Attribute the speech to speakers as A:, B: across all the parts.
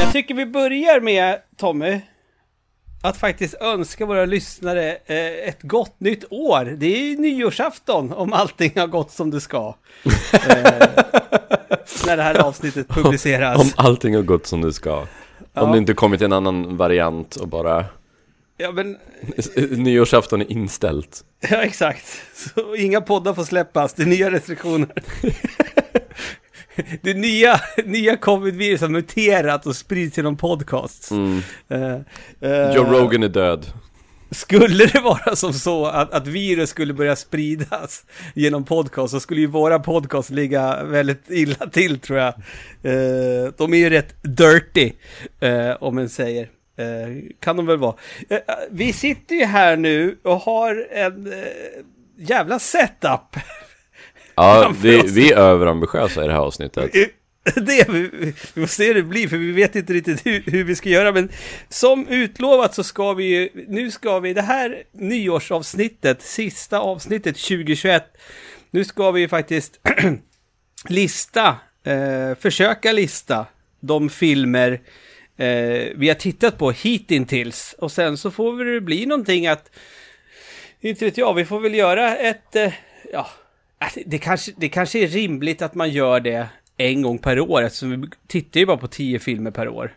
A: Jag tycker vi börjar med, Tommy, att faktiskt önska våra lyssnare eh, ett gott nytt år. Det är ju nyårsafton om allting har gått som det ska. Eh, när det här avsnittet publiceras.
B: Om allting har gått som det ska. Om det inte kommit en annan variant och bara
A: Ja, men,
B: nyårsafton är inställt.
A: ja exakt. Så, inga poddar får släppas, det är nya restriktioner. det nya, nya covid-virus har muterat och sprids genom podcasts.
B: Mm.
A: Eh, eh,
B: Joe Rogan är död.
A: Skulle det vara som så att, att virus skulle börja spridas genom podcast så skulle ju våra podcast ligga väldigt illa till tror jag. Eh, de är ju rätt dirty, eh, om man säger. Eh, kan de väl vara. Eh, vi sitter ju här nu och har en eh, jävla setup.
B: Ja, vi, vi är överambitiösa i det här avsnittet.
A: Det, vi, vi får se hur det blir, för vi vet inte riktigt hur, hur vi ska göra. Men som utlovat så ska vi ju, nu ska vi, det här nyårsavsnittet, sista avsnittet 2021, nu ska vi ju faktiskt lista, eh, försöka lista de filmer eh, vi har tittat på hittills. Och sen så får väl det bli någonting att, inte vet jag, vi får väl göra ett, eh, ja, alltså, det kanske, det kanske är rimligt att man gör det en gång per år, eftersom vi tittar ju bara på tio filmer per år.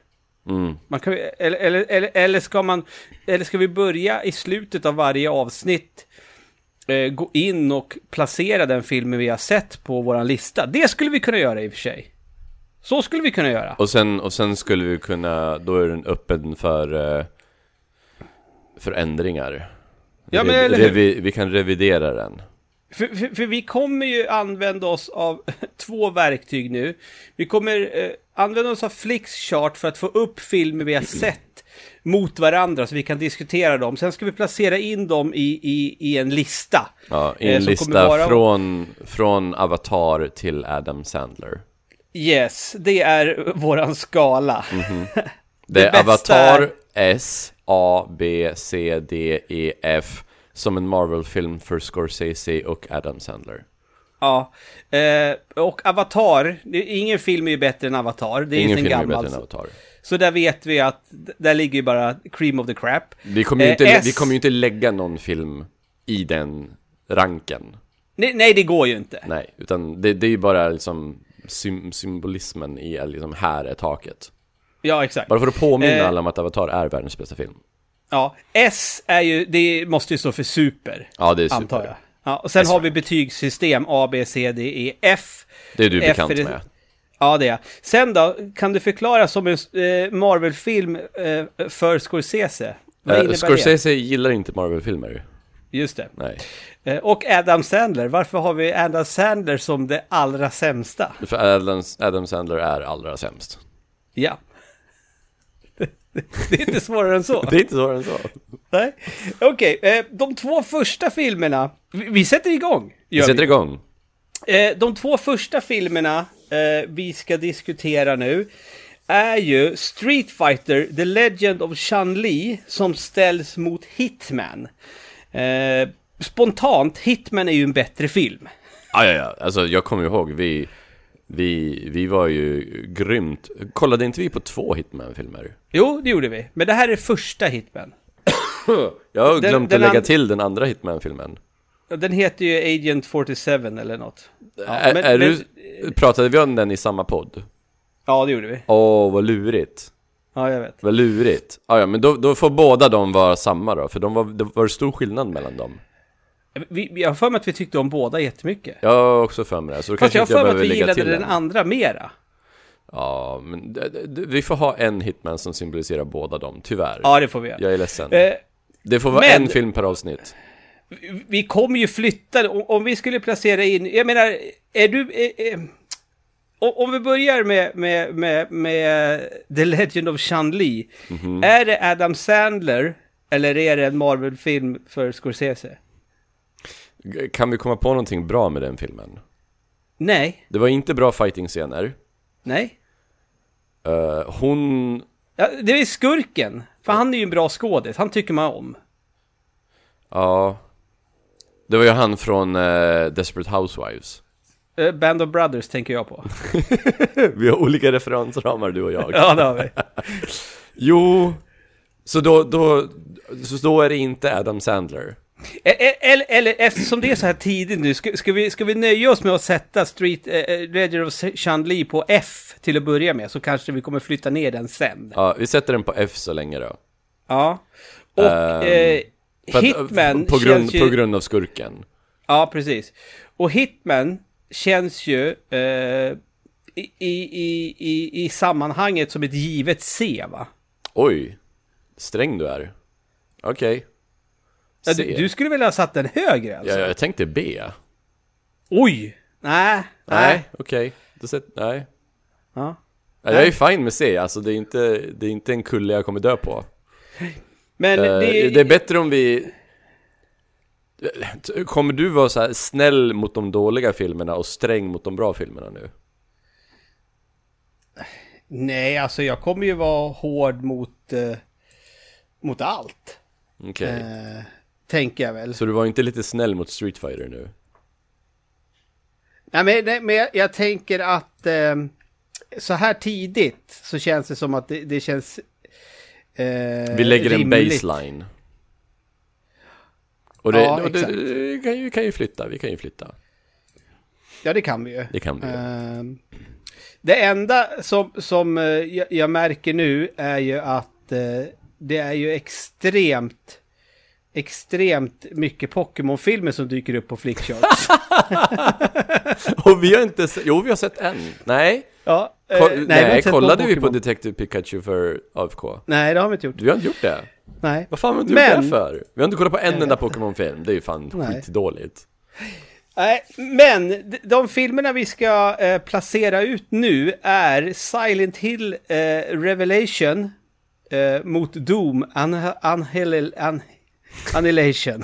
B: Mm.
A: Man kan, eller, eller, eller, eller, ska man, eller ska vi börja i slutet av varje avsnitt eh, gå in och placera den filmen vi har sett på vår lista? Det skulle vi kunna göra i och för sig. Så skulle vi kunna göra.
B: Och sen, och sen skulle vi kunna, då är den öppen för eh, förändringar.
A: Ja, men
B: Revi-
A: eller hur?
B: revi, vi kan revidera den.
A: För, för, för vi kommer ju använda oss av två verktyg nu. Vi kommer eh, använda oss av Flixchart för att få upp filmer vi har sett mot varandra så vi kan diskutera dem. Sen ska vi placera in dem i, i, i en lista.
B: Ja, i
A: Eh,
B: en
A: som kommer
B: lista
A: vara-
B: från, från Avatar till Adam Sandler.
A: Yes, det är våran skala.
B: Mhm. Det,
A: Det
B: är
A: bästa
B: Avatar
A: är-
B: S, A, B, C, D, E, F som en Marvel-film för Scorsese och Adam Sandler.
A: Ja, eh, och Avatar, det- ingen film är ju bättre än Avatar, det är ju
B: Ingen
A: sen
B: film är
A: gammal.
B: bättre än Avatar.
A: Så där vet vi att, d- där ligger ju bara cream of the crap.
B: Vi kommer, ju
A: Eh,
B: inte,
A: S.
B: vi kommer ju inte lägga någon film i den ranken.
A: Nej, nej det går ju inte.
B: Nej, utan det, det är ju bara liksom sym, symbolismen i att liksom här är taket.
A: Ja, exakt.
B: Bara för att påminna
A: Eh.
B: alla om att Avatar är världens bästa film.
A: Ja, S är ju, det måste ju stå för super,
B: Ja, det är
A: antar jag.
B: super.
A: Ja, och sen har vi betygssystem A, B, C, D, E, F.
B: Det är du
A: F
B: bekant
A: är det-
B: med.
A: Ja, det är jag. Sen då, kan du förklara som en eh, Marvel-film eh, för Scorsese? Vad
B: Eh,
A: innebär det?
B: Scorsese gillar inte Marvel-filmer.
A: Just det.
B: Nej.
A: Eh, Och Adam Sandler. Varför har vi Adam Sandler som det allra sämsta?
B: För Adam, Adam Sandler är allra sämst.
A: Ja. Det är inte svårare än så.
B: Det är inte svårare än så.
A: Nej. Okej, eh, de två första filmerna. Vi, vi sätter igång.
B: Vi
A: Gör vi.
B: sätter igång.
A: Eh, de två första filmerna eh, vi ska diskutera nu är ju Street Fighter, The Legend of Chun-Li som ställs mot Hitman. Eh, spontant, Hitman är ju en bättre film.
B: Ja, ja, ja. Alltså, jag kommer ihåg, vi, vi, vi var ju grymt... Kollade inte vi på två Hitman-filmer?
A: Jo, det gjorde vi. Men det här är första Hitman.
B: Jag har
A: Den-
B: glömt
A: den
B: att lägga
A: and-
B: till den andra Hitman-filmen.
A: Ja, Den heter ju Agent 47 eller något. Ja,
B: Är-
A: men-
B: är
A: men-
B: du, pratade vi om den i samma podd?
A: ja det gjorde vi.
B: Åh, vad lurigt.
A: Ja, jag vet.
B: Vad lurigt. Ah, ja, men då, då får båda de vara samma då, för de var, det var stor skillnad mellan dem.
A: Vi, vi- jag har för mig att vi tyckte om båda jättemycket.
B: Jag har också för mig det, så då
A: Fast
B: kanske
A: jag har
B: inte jag
A: för mig att
B: behöver
A: vi
B: lägga
A: gillade
B: till
A: den
B: den.
A: andra mera.
B: Ja, men d- d- vi får ha en hitman som symboliserar båda dem, tyvärr.
A: Ja, det får vi göra.
B: Jag är ledsen.
A: Eh,
B: det får vara
A: men-
B: en film per avsnitt.
A: vi- vi kommer ju flytta, om, om vi skulle placera in, jag menar, är du... Eh, eh, om om vi börjar med, med, med, med The Legend of Chun-Li. Är det Adam Sandler eller är det en Marvel-film för Scorsese?
B: G- Kan vi komma på någonting bra med den filmen?
A: Nej,
B: Det var inte bra fighting-scener.
A: nej.
B: Eh, hon...
A: Ja, det är skurken. För han är ju en bra skådis. Han tycker man om.
B: Ja... Det var ju han från eh, Desperate Housewives.
A: eh, Band of Brothers tänker jag på.
B: Vi har olika referensramar du och jag.
A: Ja, det har vi.
B: Jo, så då, då, så då är det inte Adam Sandler.
A: Eller, eller, E-, eller eftersom det är så här tidigt nu, ska, ska, vi, ska vi nöja oss med att sätta Street eh, eh, Legend of Chandli på F till att börja med, så kanske vi kommer flytta ner den sen.
B: Ja, vi sätter den på F så länge då.
A: Ja. Och
B: Ehm,
A: eh,
B: För att-
A: Hitman
B: på grund,
A: känns ju...
B: på grund av skurken.
A: Ja, precis. Och Hitman känns ju eh, i, i, i, i, i sammanhanget som ett givet C, va?
B: Oj, sträng du är. Okej.
A: Ja,
B: C.
A: du, du skulle vilja ha satt den högre
B: ja,
A: alltså?
B: jag tänkte B.
A: Oj! Nej, nej.
B: Nej, okej. Då sätt- Nej.
A: Ja.
B: Ja, Jag är fine med C, alltså det är inte, det är inte en kulle jag kommer dö på.
A: Men
B: Eh,
A: det,
B: Det är bättre om vi... Kommer du vara så här snäll mot de dåliga filmerna och sträng mot de bra filmerna nu?
A: Nej, alltså jag kommer ju vara hård mot, eh, mot allt,
B: Okej.
A: eh, tänker jag väl.
B: Så du var inte lite snäll mot Street Fighter nu?
A: Nej, men, nej, men jag, jag tänker att eh, så här tidigt så känns det som att det, det känns eh,
B: Vi lägger en
A: rimligt.
B: baseline. Och det,
A: Ja,
B: och det,
A: exakt.
B: det kan, ju, kan ju flytta, vi kan ju flytta.
A: Ja, det kan vi ju.
B: Det kan vi ju.
A: Ehm, det enda som, som eh, jag, jag märker nu är ju att eh, det är ju extremt extremt mycket Pokémon-filmer som dyker upp på flickcharts.
B: Och vi har inte sett, jo vi har sett en. Nej,
A: ja, eh,
B: ko-
A: vi
B: nej,
A: har inte sett någon
B: kollade vi på
A: Pokémon.
B: Detective Pikachu för AFK?
A: Nej, det har vi inte gjort.
B: Du har inte gjort det?
A: Nej.
B: Vad fan har du
A: Men-
B: gjort det för? Vi har inte kollat på en enda Pokémon-film, det är ju fan
A: Nej.
B: skitdåligt.
A: Nej, men d- de filmerna vi ska eh, placera ut nu är Silent Hill eh, Revelation eh, mot Doom Anha- Anhel- An- Annihilation.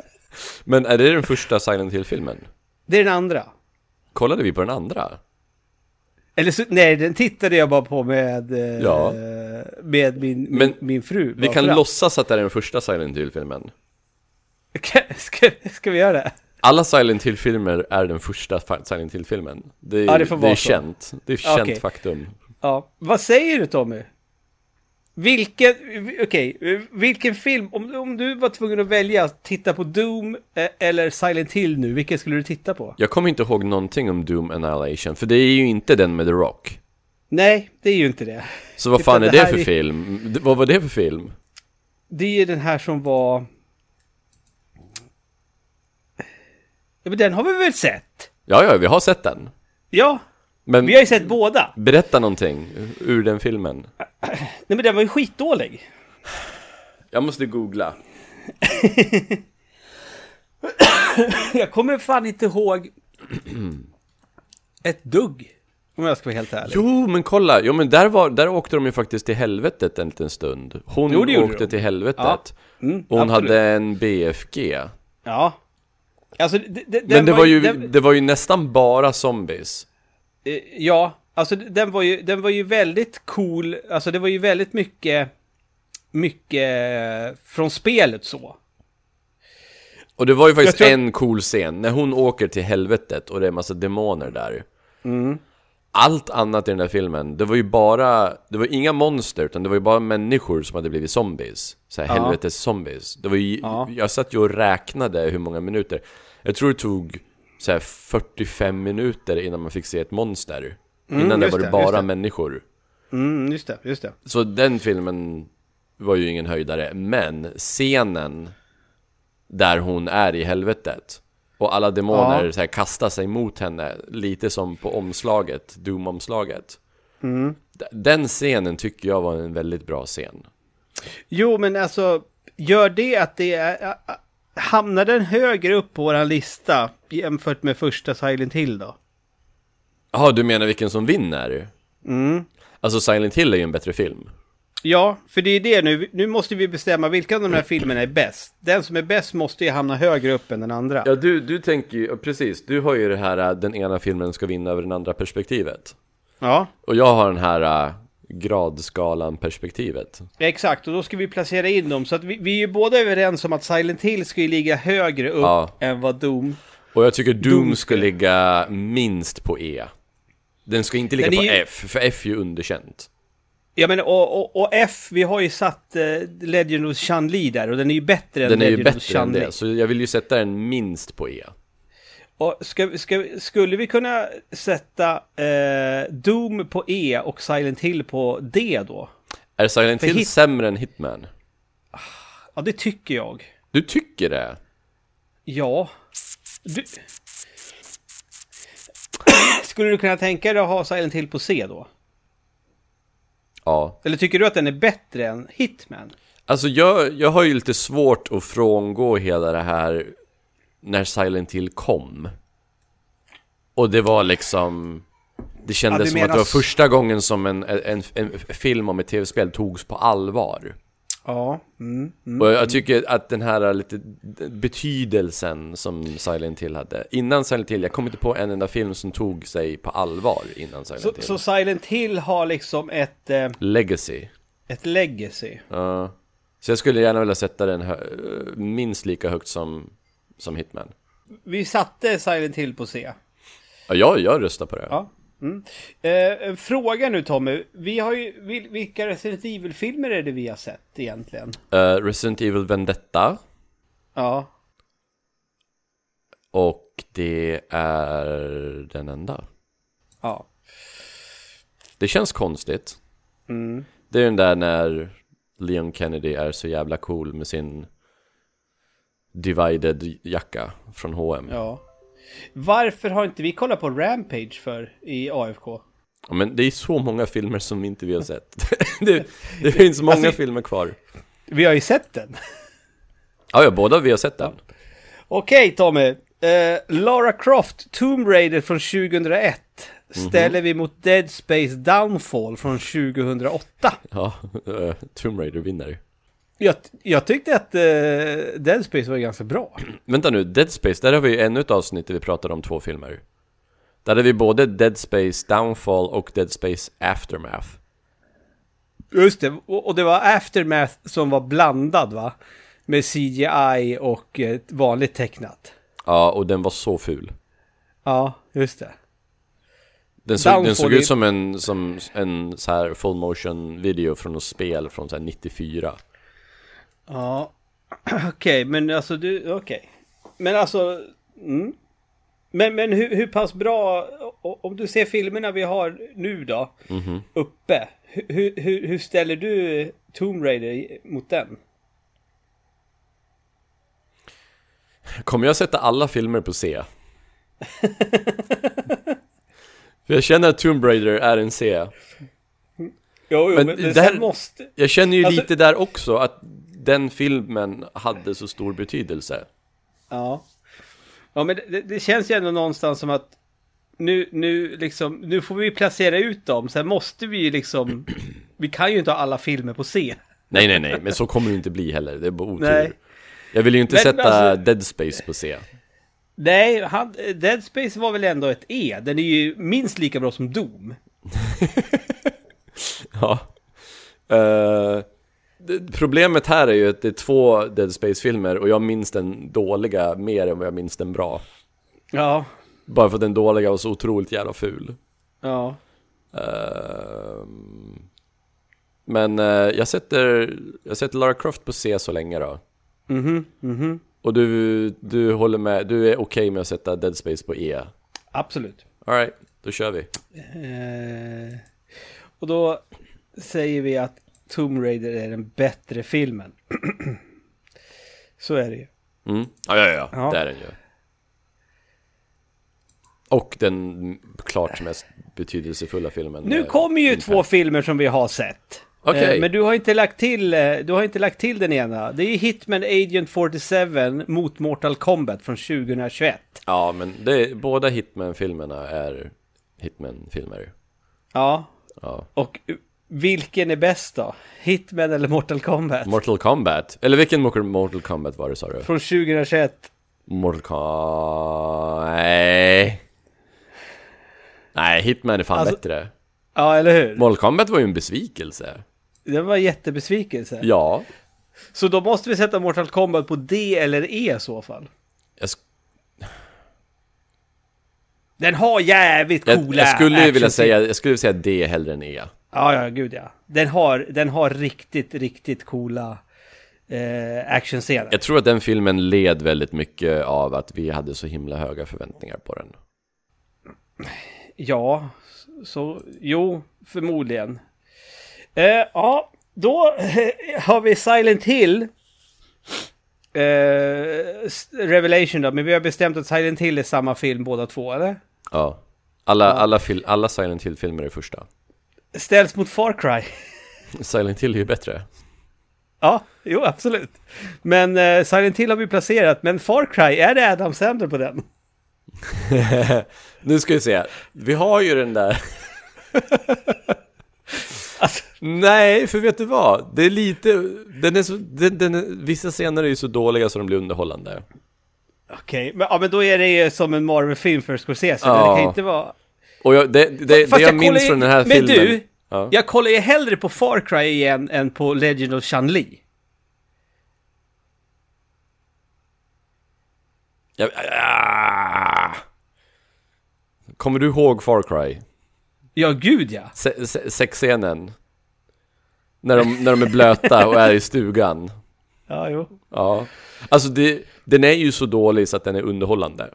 B: Men är det den första Silent Hill-filmen?
A: Det är den andra.
B: Kollade vi på den andra?
A: Eller så, nej, den tittade jag bara på med, eh,
B: Ja.
A: med min, min,
B: Men
A: min fru.
B: Vi
A: bara
B: kan
A: för att-
B: låtsas att det är den första Silent Hill-filmen.
A: Ska, ska, ska vi göra det?
B: Alla Silent Hill-filmer är den första fa- Silent Hill-filmen. Det är,
A: Ja, det
B: det
A: får
B: är
A: vara så.
B: känt. Det är känt
A: Okej.
B: faktum.
A: Ja. Vad säger du Tommy? Vilken, okej, vilken film, om, om du var tvungen att välja att titta på Doom eh, eller Silent Hill nu, vilken skulle du titta på?
B: Jag kommer inte ihåg någonting om Doom Annihilation, för det är ju inte den med The Rock.
A: Nej, det är ju inte det.
B: Så vad
A: Utan
B: fan är
A: Typ det
B: det
A: här
B: för
A: är-
B: film? D- Vad var det för film?
A: Det är ju den här som var... Ja, men den har vi väl sett?
B: Ja, ja, vi har sett den.
A: Ja,
B: Men
A: vi har ju sett båda.
B: berätta någonting ur den filmen.
A: Nej, men den var ju skitdålig.
B: Jag måste googla.
A: Jag kommer fan inte ihåg ett dugg, om jag ska vara helt ärlig.
B: Jo, men kolla. Jo, men där, var, där åkte de ju faktiskt till helvetet en liten stund. Hon
A: Jo, det gjorde
B: åkte
A: de.
B: till helvetet.
A: Ja. Mm,
B: Hon
A: absolut.
B: hade en BFG.
A: Ja. Alltså, det, det, den
B: Men det var, ju,
A: den-
B: det var ju nästan bara zombies.
A: eh, ja, alltså den var, ju, den var ju väldigt cool. Alltså det var ju väldigt mycket... Mycket från spelet så.
B: Och det var ju faktiskt
A: Jag tror-
B: en cool scen, när hon åker till helvetet och det är massa demoner där.
A: Mm.
B: Allt annat i den där filmen, det var ju bara, det var inga monster utan det var ju bara människor som hade blivit zombies. Så här,
A: Ja.
B: helvetes zombies. Det var ju,
A: Ja.
B: jag satt ju och räknade hur många minuter. Jag tror det tog så här 45 minuter innan man fick se ett monster. innan det
A: Mm, just
B: var
A: det,
B: det
A: just
B: bara
A: det.
B: människor.
A: Mm, just det, just det.
B: Så den filmen var ju ingen höjdare, men scenen där hon är i helvetet och alla demoner
A: Ja.
B: så här kastar sig mot henne, lite som på omslaget, Doom-omslaget. D- Den scenen tycker jag var en väldigt bra scen.
A: Jo, men alltså, gör det att det är... ä- ä- Hamnar den högre upp på våran lista jämfört med första Silent Hill då?
B: Jaha, du menar vilken som vinner? Alltså Silent Hill är ju en bättre film.
A: Ja, Mm. för det är det nu. Nu måste vi bestämma vilka av de här filmerna är bäst. Den som är bäst måste ju hamna högre upp än den andra.
B: Ja, du, du tänker ju, precis, du har ju det här äh, den ena filmen ska vinna över den andra perspektivet.
A: Ja,
B: Och jag har den här äh, gradskalan-perspektivet.
A: exakt. Och då ska vi placera in dem. Så att vi, vi är ju båda överens om att Silent Hill ska ju ligga högre upp
B: Ja.
A: än vad Doom...
B: Och jag tycker Doom ska ligga minst på E. Den ska inte ligga
A: Den
B: på
A: är ju-
B: F, för F är ju underkänt.
A: Ja men och, och, och F, vi har ju satt eh, Legend of Chun-Li där och den är ju bättre än
B: Den är ju
A: Legend of
B: bättre än
A: Chun-Li.
B: det, alltså. så jag vill ju sätta den minst på E.
A: Och ska, ska, skulle vi kunna sätta eh, Doom på E och Silent Hill på D då?
B: Är Silent
A: För
B: Hill
A: hit-
B: sämre än Hitman?
A: Ja, det tycker jag.
B: Du tycker det?
A: Ja. Du... Skulle du kunna tänka dig att ha Silent Hill på C då?
B: Ja.
A: Eller tycker du att den är bättre än Hitman?
B: Alltså jag, jag har ju lite svårt att frångå hela det här när Silent Hill kom. Och det var liksom... Det
A: Ja,
B: kändes
A: du
B: som att
A: menar
B: det var
A: s-
B: första gången som en, en, en film om ett tv-spel togs på allvar.
A: Ja. mm,
B: Och jag tycker att den här lite betydelsen som Silent Hill hade. Innan Silent Hill, jag kommer inte på en enda film som tog sig på allvar innan Silent
A: Så,
B: Hill.
A: så Silent Hill har liksom ett, eh,
B: Legacy.
A: ett legacy.
B: Ja. Så jag skulle gärna vilja sätta den hö- minst lika högt som, som Hitman.
A: Vi satte Silent Hill på C.
B: Ja, jag, jag röstar på det.
A: Ja. Mm. Eh, en fråga nu Tommy. Vi har ju, vil, vilka Resident Evil-filmer är det vi har sett egentligen?
B: Eh, Resident Evil Vendetta.
A: Ja.
B: Och det är den enda.
A: Ja.
B: Det känns konstigt.
A: Mm.
B: Det är den där när Leon Kennedy är så jävla cool med sin divided jacka från H&M.
A: ja. Varför har inte vi kollat på Rampage för i AFK?
B: Ja, Men det är så många filmer som inte vi har sett. det, det finns många
A: Alltså-
B: filmer kvar.
A: Vi har ju sett den.
B: Ja, ja, båda vi har sett den.
A: Okej Tommy. Eh, Lara Croft Tomb Raider från 2001 ställer vi mot Dead Space Downfall från 2008.
B: Ja, eh, Tomb Raider vinner.
A: Jag, jag tyckte att eh, Dead Space var ganska bra.
B: Vänta nu, Dead Space, där har vi ju ännu ett avsnitt där vi pratade om två filmer. Där hade vi både Dead Space Downfall och Dead Space Aftermath.
A: Just det, och, och det var Aftermath som var blandad va? Med CGI och eh, vanligt tecknat.
B: Ja, och den var så ful.
A: Ja, just det.
B: Den såg, den
A: Downfall
B: såg
A: är-
B: ut som en, som en så här full motion video från något spel från så här 94.
A: Ja, okej, men alltså du, okej. Men alltså, mm. Men, men hur, hur pass bra, o- om du ser filmerna vi har nu då,
B: Mhm.
A: uppe. hu- Hur, hur, hur ställer du Tomb Raider i- mot den?
B: Kommer jag sätta alla filmer på C? För jag känner att Tomb Raider är en C.
A: Jo, jo
B: Men
A: men, men
B: där-
A: sen måste...
B: Jag känner ju
A: Alltså-
B: lite där också att den filmen hade så stor betydelse.
A: Ja. Ja, men det, det känns ju ändå någonstans som att nu, nu, liksom, nu får vi placera ut dem. Sen måste vi ju liksom... Vi kan ju inte ha alla filmer på C.
B: Nej, nej, nej, men så kommer det inte bli heller. Det är bara otur.
A: Nej.
B: Jag vill ju inte
A: Men
B: sätta
A: alltså-
B: Dead Space på C.
A: Nej, han, Dead Space var väl ändå ett E. Den är ju minst lika bra som Doom.
B: Ja. Eh, det- problemet här är ju att det är två Dead Space-filmer och jag minns den dåliga mer än vad jag minns den bra.
A: Ja.
B: Bara för att den dåliga var så otroligt jävla ful.
A: Ja.
B: Eh, men eh, jag, sätter, jag sätter Lara Croft på C så länge då.
A: Mhm, mhm.
B: Och du, du håller med, du är okej med att sätta Dead Space på E?
A: Absolut.
B: Alright, då kör vi.
A: Eh, och då säger vi att Tomb Raider är den bättre filmen. Så är det ju.
B: Mm. Ja, ja, ja,
A: Ja.
B: det är den ju. Och den klart mest betydelsefulla filmen.
A: Nu
B: eh,
A: kommer ju
B: internt.
A: två filmer som vi har sett.
B: Okej.
A: Eh, Men du har, inte lagt till, eh, du har inte lagt till den ena. Det är ju Hitman Agent 47 mot Mortal Kombat från 2021.
B: Ja, men det, båda Hitman-filmerna är Hitman-filmer.
A: Ja,
B: Ja.
A: och eh, vilken är bäst då? Hitman eller Mortal Kombat?
B: Mortal Kombat, eller vilken Mor- Mortal Kombat var det sa du?
A: från 2021.
B: Mortal Kombat... Nej. Nej, Hitman är fan
A: Alltså-
B: bättre.
A: Ja, eller hur?
B: Mortal Kombat var ju en besvikelse.
A: Det var en jättebesvikelse.
B: Ja.
A: Så då måste vi sätta Mortal Kombat på D eller E i så fall.
B: Jag sk-
A: Den har jävligt coola
B: Jag, jag skulle ju vilja
A: actionscener.
B: säga, jag skulle säga D hellre än E.
A: Ja, ja, gud ja. Den har, den har riktigt, riktigt coola eh, actionscener.
B: Jag tror att den filmen led väldigt mycket av att vi hade så himla höga förväntningar på den.
A: Ja, så jo, förmodligen. Eh, ja, då har vi Silent Hill. Eh, s- Revelation då, men vi har bestämt att Silent Hill är samma film båda två, eller?
B: Ja. Alla, alla, fil, alla Silent Hill-filmer är första.
A: Ställs mot Far Cry.
B: Silent Hill är ju bättre.
A: Ja, jo absolut. Men eh, Silent Hill har vi placerat, men Far Cry, är det Adam Sandler på den?
B: Nu ska vi se. Vi har ju den där...
A: Alltså,
B: Nej, för vet du vad? Det är lite... Den är så, den, den är, vissa scener är ju så dåliga så de blir underhållande.
A: Okej, men, ja, men då är det ju som en Marvel-film för Scorsese. men
B: Ja.
A: Det kan inte vara...
B: Och jag, det, det,
A: Fast
B: det jag, minns
A: kollar ju-
B: från den här
A: men
B: filmen...
A: du,
B: Ja.
A: jag kollar ju hellre på Far Cry igen än på Legend of Chun-Li.
B: Jag, ah. Kommer du ihåg Far Cry?
A: Ja, gud ja.
B: Se, se, sexscenen? När de, när de är blöta och är i stugan.
A: Ja, jo.
B: Ja. Alltså, det, den är ju så dålig så att den är underhållande.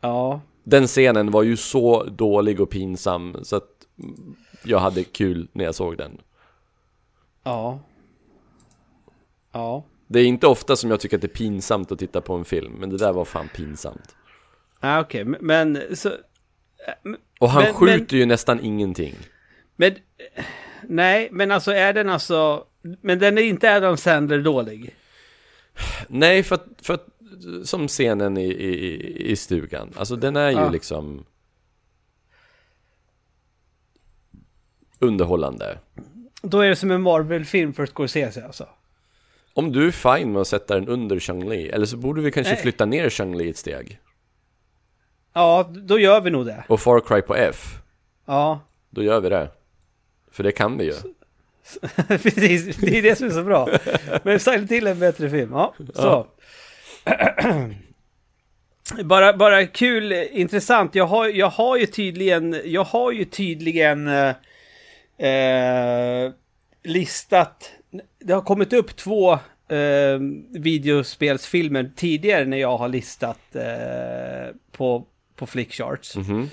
A: Ja.
B: Den scenen var ju så dålig och pinsam så att jag hade kul när jag såg den.
A: Ja. Ja.
B: Det är inte ofta som jag tycker att det är pinsamt att titta på en film, men det där var fan pinsamt.
A: Ah, Okej, men- men så...
B: Och han
A: Men-
B: skjuter ju nästan ingenting.
A: Men... Nej, men alltså är den alltså... Men den är inte Adam Sandler dålig.
B: Nej, för att, för att som scenen i, i, i- i stugan, alltså den är ju
A: Ja.
B: liksom underhållande.
A: Då är det som en Marvel-film för Scorsese alltså.
B: Om du är fine med att sätta den under Chang-Li, eller så borde vi kanske
A: Nej.
B: flytta ner Chang-Li ett steg.
A: Ja, då gör vi nog det.
B: Och Far Cry på F,
A: Ja.
B: då gör vi det. För det kan vi ju.
A: Precis, det är det som är så bra. Men Silent Hill är en bättre film. Ja, så. bara, bara kul, eh, intressant. Jag har, jag har ju tydligen, jag har ju tydligen eh, eh, listat, det har kommit upp två eh, videospelsfilmer tidigare när jag har listat eh, på, på Flickcharts.
B: Mhm.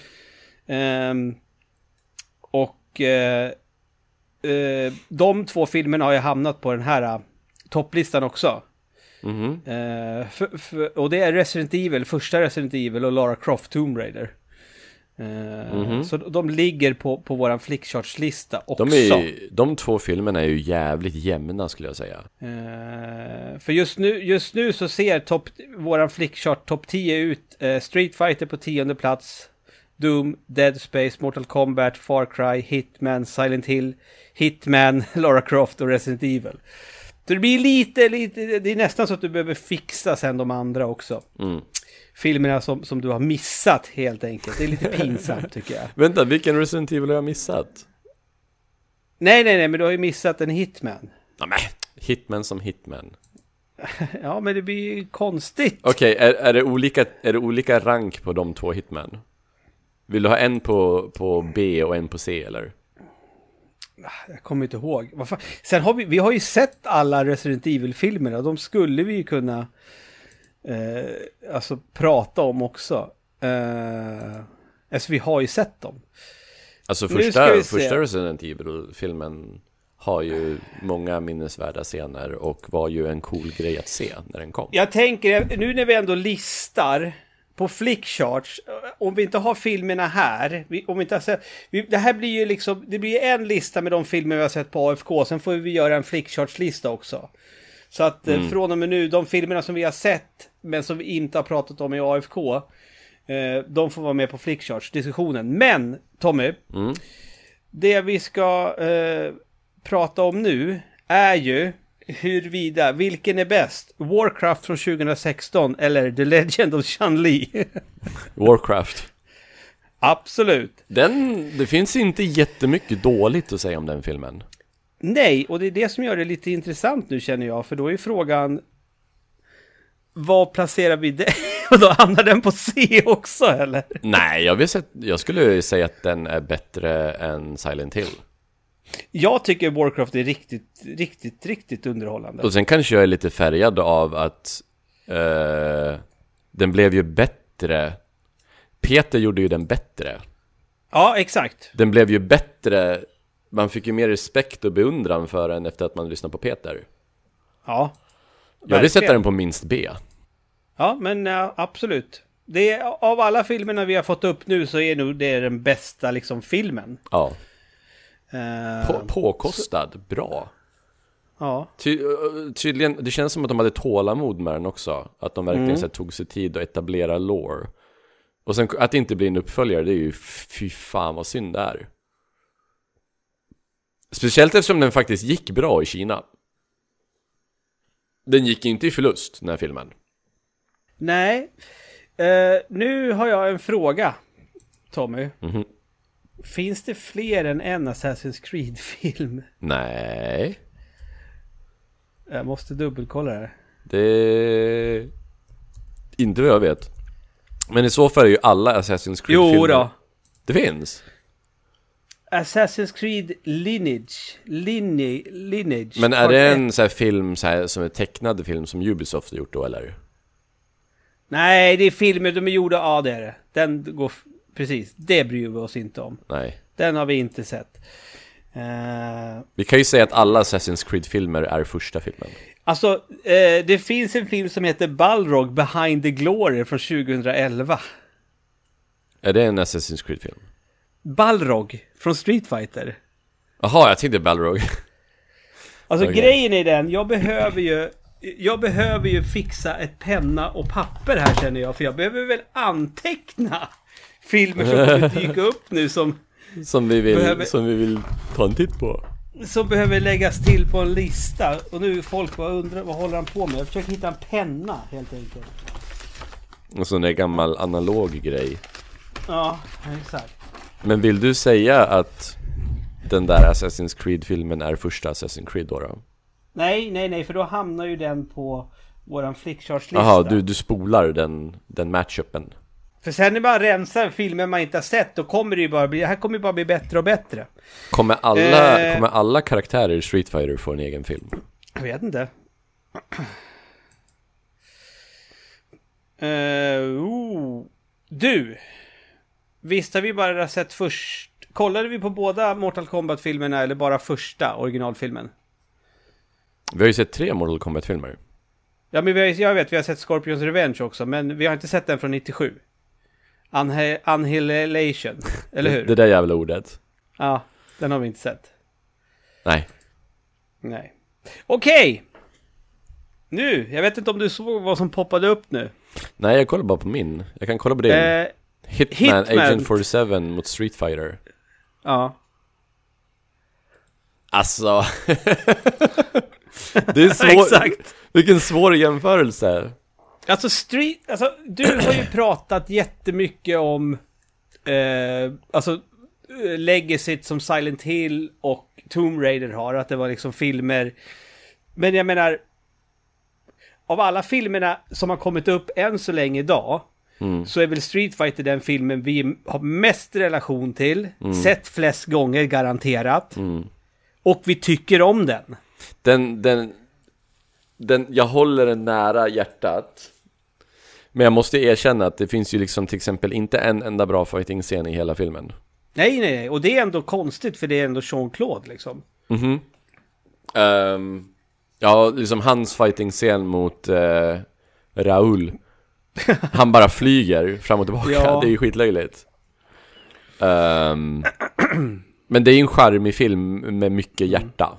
A: Ehm, och eh, eh, de två filmerna har ju hamnat på den här eh, topplistan också.
B: Mhm.
A: Eh, för, för, och det är Resident Evil, första Resident Evil och Lara Croft Tomb Raider. Eh,
B: Mhm.
A: Så de ligger på, på våran flickchartslista också.
B: De, är ju, de två filmerna är ju jävligt jämna skulle jag säga.
A: Eh, för just nu, just nu så ser topp, våran flickchart topp 10 ut. Eh, Street Fighter på tionde plats. Doom, Dead Space, Mortal Kombat, Far Cry, Hitman, Silent Hill, Hitman, Lara Croft och Resident Evil. Så det blir lite, lite, det är nästan så att du behöver fixa sen de andra också.
B: Mm.
A: Filmerna som, som du har missat helt enkelt. Det är lite pinsamt tycker jag.
B: Vänta, vilken Resident Evil har jag missat?
A: Nej, nej, nej, men du har ju missat en Hitman.
B: Ja, men. Hitman som Hitman.
A: Ja, men det blir ju konstigt.
B: Okej, är, är, det olika, är det olika rank på de två Hitman? Vill du ha en på, på B och en på C eller?
A: Jag kommer inte ihåg. Vad fan? Sen har vi, vi har ju sett alla Resident Evil-filmerna. De skulle vi ju kunna eh, alltså, prata om också. Eh, alltså vi har ju sett dem.
B: Alltså
A: Nu ska
B: första,
A: vi se.
B: första Resident Evil-filmen har ju många minnesvärda scener och var ju en cool grej att se när den kom.
A: Jag tänker, nu när vi ändå listar på flickcharts, om vi inte har filmerna här, vi, om vi inte har sett, vi, det här blir ju liksom, det blir en lista med de filmer vi har sett på AFK, sen får vi göra en flickchartslista också. Så att eh, från och med nu, de filmerna som vi har sett, men som vi inte har pratat om i AFK, eh, de får vara med på flickcharts-diskussionen. Men, Tommy,
B: Mm.
A: det vi ska eh, prata om nu är ju huruvida, vilken är bäst? Warcraft från 2016 eller The Legend of Chun-Li?
B: Warcraft.
A: Absolut.
B: Den, det finns inte jättemycket dåligt att säga om den filmen.
A: Nej, och det är det som gör det lite intressant nu känner jag, för då är frågan vad placerar vi det? Och då hamnar den på C också eller?
B: Nej, jag, vill säga, jag skulle säga att den är bättre än Silent Hill.
A: Jag tycker Warcraft är riktigt, riktigt, riktigt underhållande.
B: Och sen kanske jag är lite färgad av att eh, den blev ju bättre. Peter gjorde ju den bättre.
A: Ja, exakt.
B: Den blev ju bättre. Man fick ju mer respekt och beundran för den efter att man lyssnade på Peter.
A: Ja,
B: Jag vill sätta
A: Verkligen.
B: den på minst B.
A: ja men ja, absolut. Det är, av alla filmerna vi har fått upp nu så är nog det den bästa liksom filmen.
B: Ja.
A: Eh,
B: På, påkostad, bra.
A: Ja.
B: Ty, tydligen, det känns som att de hade tålamod med den också. Att de verkligen så här, tog sig tid att etablera lore. Och sen att det inte blir en uppföljare, det är ju fy fan vad synd det är. Speciellt eftersom den faktiskt gick bra i Kina. Den gick inte i förlust, den här filmen.
A: Nej. Eh, nu har jag en fråga, Tommy.
B: Mhm.
A: Finns det fler än en Assassin's Creed-film?
B: Nej,
A: Jag måste dubbelkolla det. här.
B: det... Inte vad jag vet. Men i så fall är ju alla Assassin's Creed-filmer... Det finns.
A: Assassin's Creed Lineage. Line, lineage.
B: Men är
A: Part
B: det
A: ett.
B: en så här film så här, som är tecknad film som Ubisoft har gjort då eller?
A: Nej, det är filmer. De är gjorda... Ja, det är det. Den går... f- Precis. Det bryr vi oss inte om.
B: Nej.
A: Den har vi inte sett. Eh,
B: Vi kan ju säga att alla Assassin's Creed-filmer är första filmen.
A: alltså, eh, det finns en film som heter Balrog Behind the Glory från 2011.
B: Är det en Assassin's Creed-film?
A: Balrog från Street Fighter.
B: Jaha, jag tänkte Balrog.
A: Alltså
B: Okej.
A: grejen är den, jag behöver ju... Jag behöver ju fixa ett penna och papper här känner jag, för jag behöver väl anteckna filmer som kommer dyka upp nu som,
B: Som vi, vill,
A: Behöver-
B: som vi vill ta en titt på.
A: som behöver läggas till på en lista. Och nu är folk bara undrar, vad håller han på med? Jag försöker hitta en penna helt enkelt.
B: En sån där gammal analog grej.
A: Ja, exakt.
B: Men vill du säga att den där Assassin's Creed-filmen är första Assassin's Creed då? då?
A: Nej, nej, nej, för då hamnar ju den på våran flickchartslista.
B: Jaha, du, du spolar den, den matchupen.
A: För sen när man rensar filmer man inte har sett, då kommer det ju bara bli, det här kommer ju bara bli bättre och bättre.
B: Kommer alla,
A: Eh.
B: kommer alla karaktärer i Street Fighter få en egen film?
A: Jag vet inte. Eh, oh. Du! Visst har vi bara sett först... Kollade vi på båda Mortal Kombat-filmerna eller bara första originalfilmen?
B: Vi har ju sett tre Mortal Kombat-filmer.
A: Ja, men vi har, jag vet, vi har sett Scorpions Revenge också, men vi har inte sett den från 97. Anhe- Annihilation, eller hur?
B: Det där jävla ordet.
A: Ja, den har vi inte sett.
B: Nej.
A: Nej. Okej! Nu, jag vet inte om du såg vad som poppade upp nu.
B: Nej, jag kollar bara på min. Jag kan kolla på din.
A: Eh,
B: Hitman,
A: Hitman.
B: Agent 47 mot Street Fighter.
A: ja.
B: Alltså. det är svår...
A: Exakt.
B: Vilken svår jämförelse.
A: Alltså, street, alltså du har ju pratat jättemycket om eh, alltså, eh, legacyt som Silent Hill och Tomb Raider har, att det var liksom filmer. Men jag menar, av alla filmerna som har kommit upp än så länge idag, så är väl Street Fighter den filmen vi har mest relation till, sett flest gånger garanterat. Och vi tycker om den.
B: Den, den, den, jag håller den nära hjärtat. Men jag måste erkänna att det finns ju liksom till exempel inte en enda bra fighting-scen i hela filmen.
A: Nej, nej, nej. Och det är ändå konstigt för det är ändå Jean-Claude liksom.
B: Ehm, ja, liksom hans fighting-scen mot eh, Raul. Han bara flyger fram och tillbaka,
A: Ja.
B: det är ju skitlöjligt. Ehm, men det är ju en charmig film med mycket hjärta.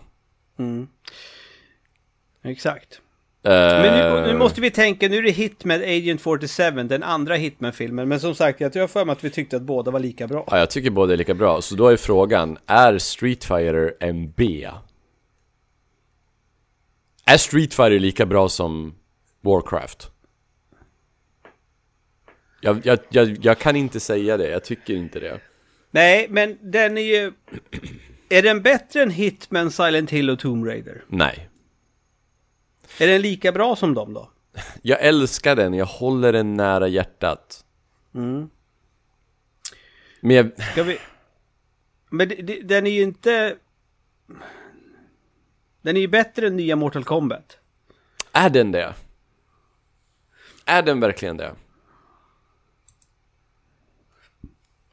A: Exakt.
B: Ehm,
A: Men nu, nu måste vi tänka, nu är det Hitman Agent 47, den andra Hitman-filmen. Men som sagt, jag tror jag har för mig att vi tyckte att båda var lika bra.
B: ja, jag tycker båda är lika bra, så då är frågan, är Street Fighter en B? Är Street Fighter lika bra som Warcraft? Jag, jag, jag, jag kan inte säga det, jag tycker inte det.
A: Nej, men den är ju... Är den bättre än Hitman, Silent Hill och Tomb Raider?
B: Nej.
A: Är den lika bra som dem då?
B: Jag älskar den, jag håller den nära hjärtat. Men jag,
A: Ska vi... Men det- det- den är ju inte... Den är ju bättre än nya Mortal Kombat.
B: är den det? Är den verkligen det?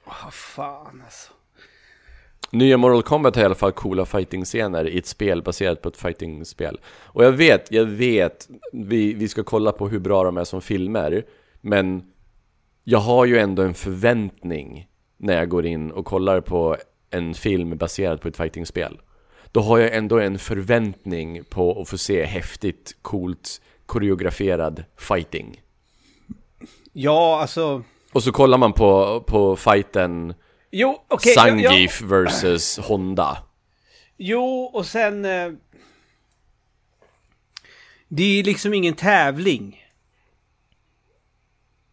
A: Åh, Ah, fan alltså.
B: Nya Mortal Kombat har i alla fall coola fighting-scener i ett spel baserat på ett fighting-spel. Och jag vet, jag vet, vi, vi ska kolla på hur bra de är som filmer, men jag har ju ändå en förväntning när jag går in och kollar på en film baserad på ett fighting-spel. Då har jag ändå en förväntning på att få se häftigt, coolt, koreograferad fighting.
A: Ja, alltså...
B: Och så kollar man på, på fighten
A: Jo, okej. jag- jag-
B: Zangief versus Honda.
A: Jo, och sen... eh, Det är ju liksom ingen tävling.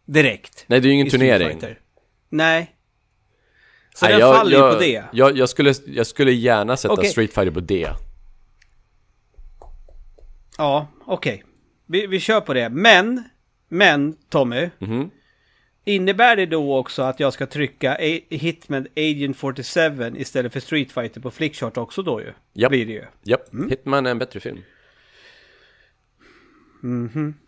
A: Direkt.
B: Nej, det är ju ingen
A: i Street
B: turnering.
A: Fighter. Nej. Så
B: Nej,
A: den faller ju på det.
B: Jag, jag, skulle, jag skulle gärna sätta
A: Okej.
B: Street Fighter på det.
A: Ja, okej. Vi, vi kör på det. Men, men Tommy.
B: Mhm.
A: Innebär det då också att jag ska trycka A- Hitman Agent 47 istället för Street Fighter på Flickchart också då ju?
B: Japp.
A: Blir det ju.
B: Japp,
A: Mm.
B: Hitman är en bättre film.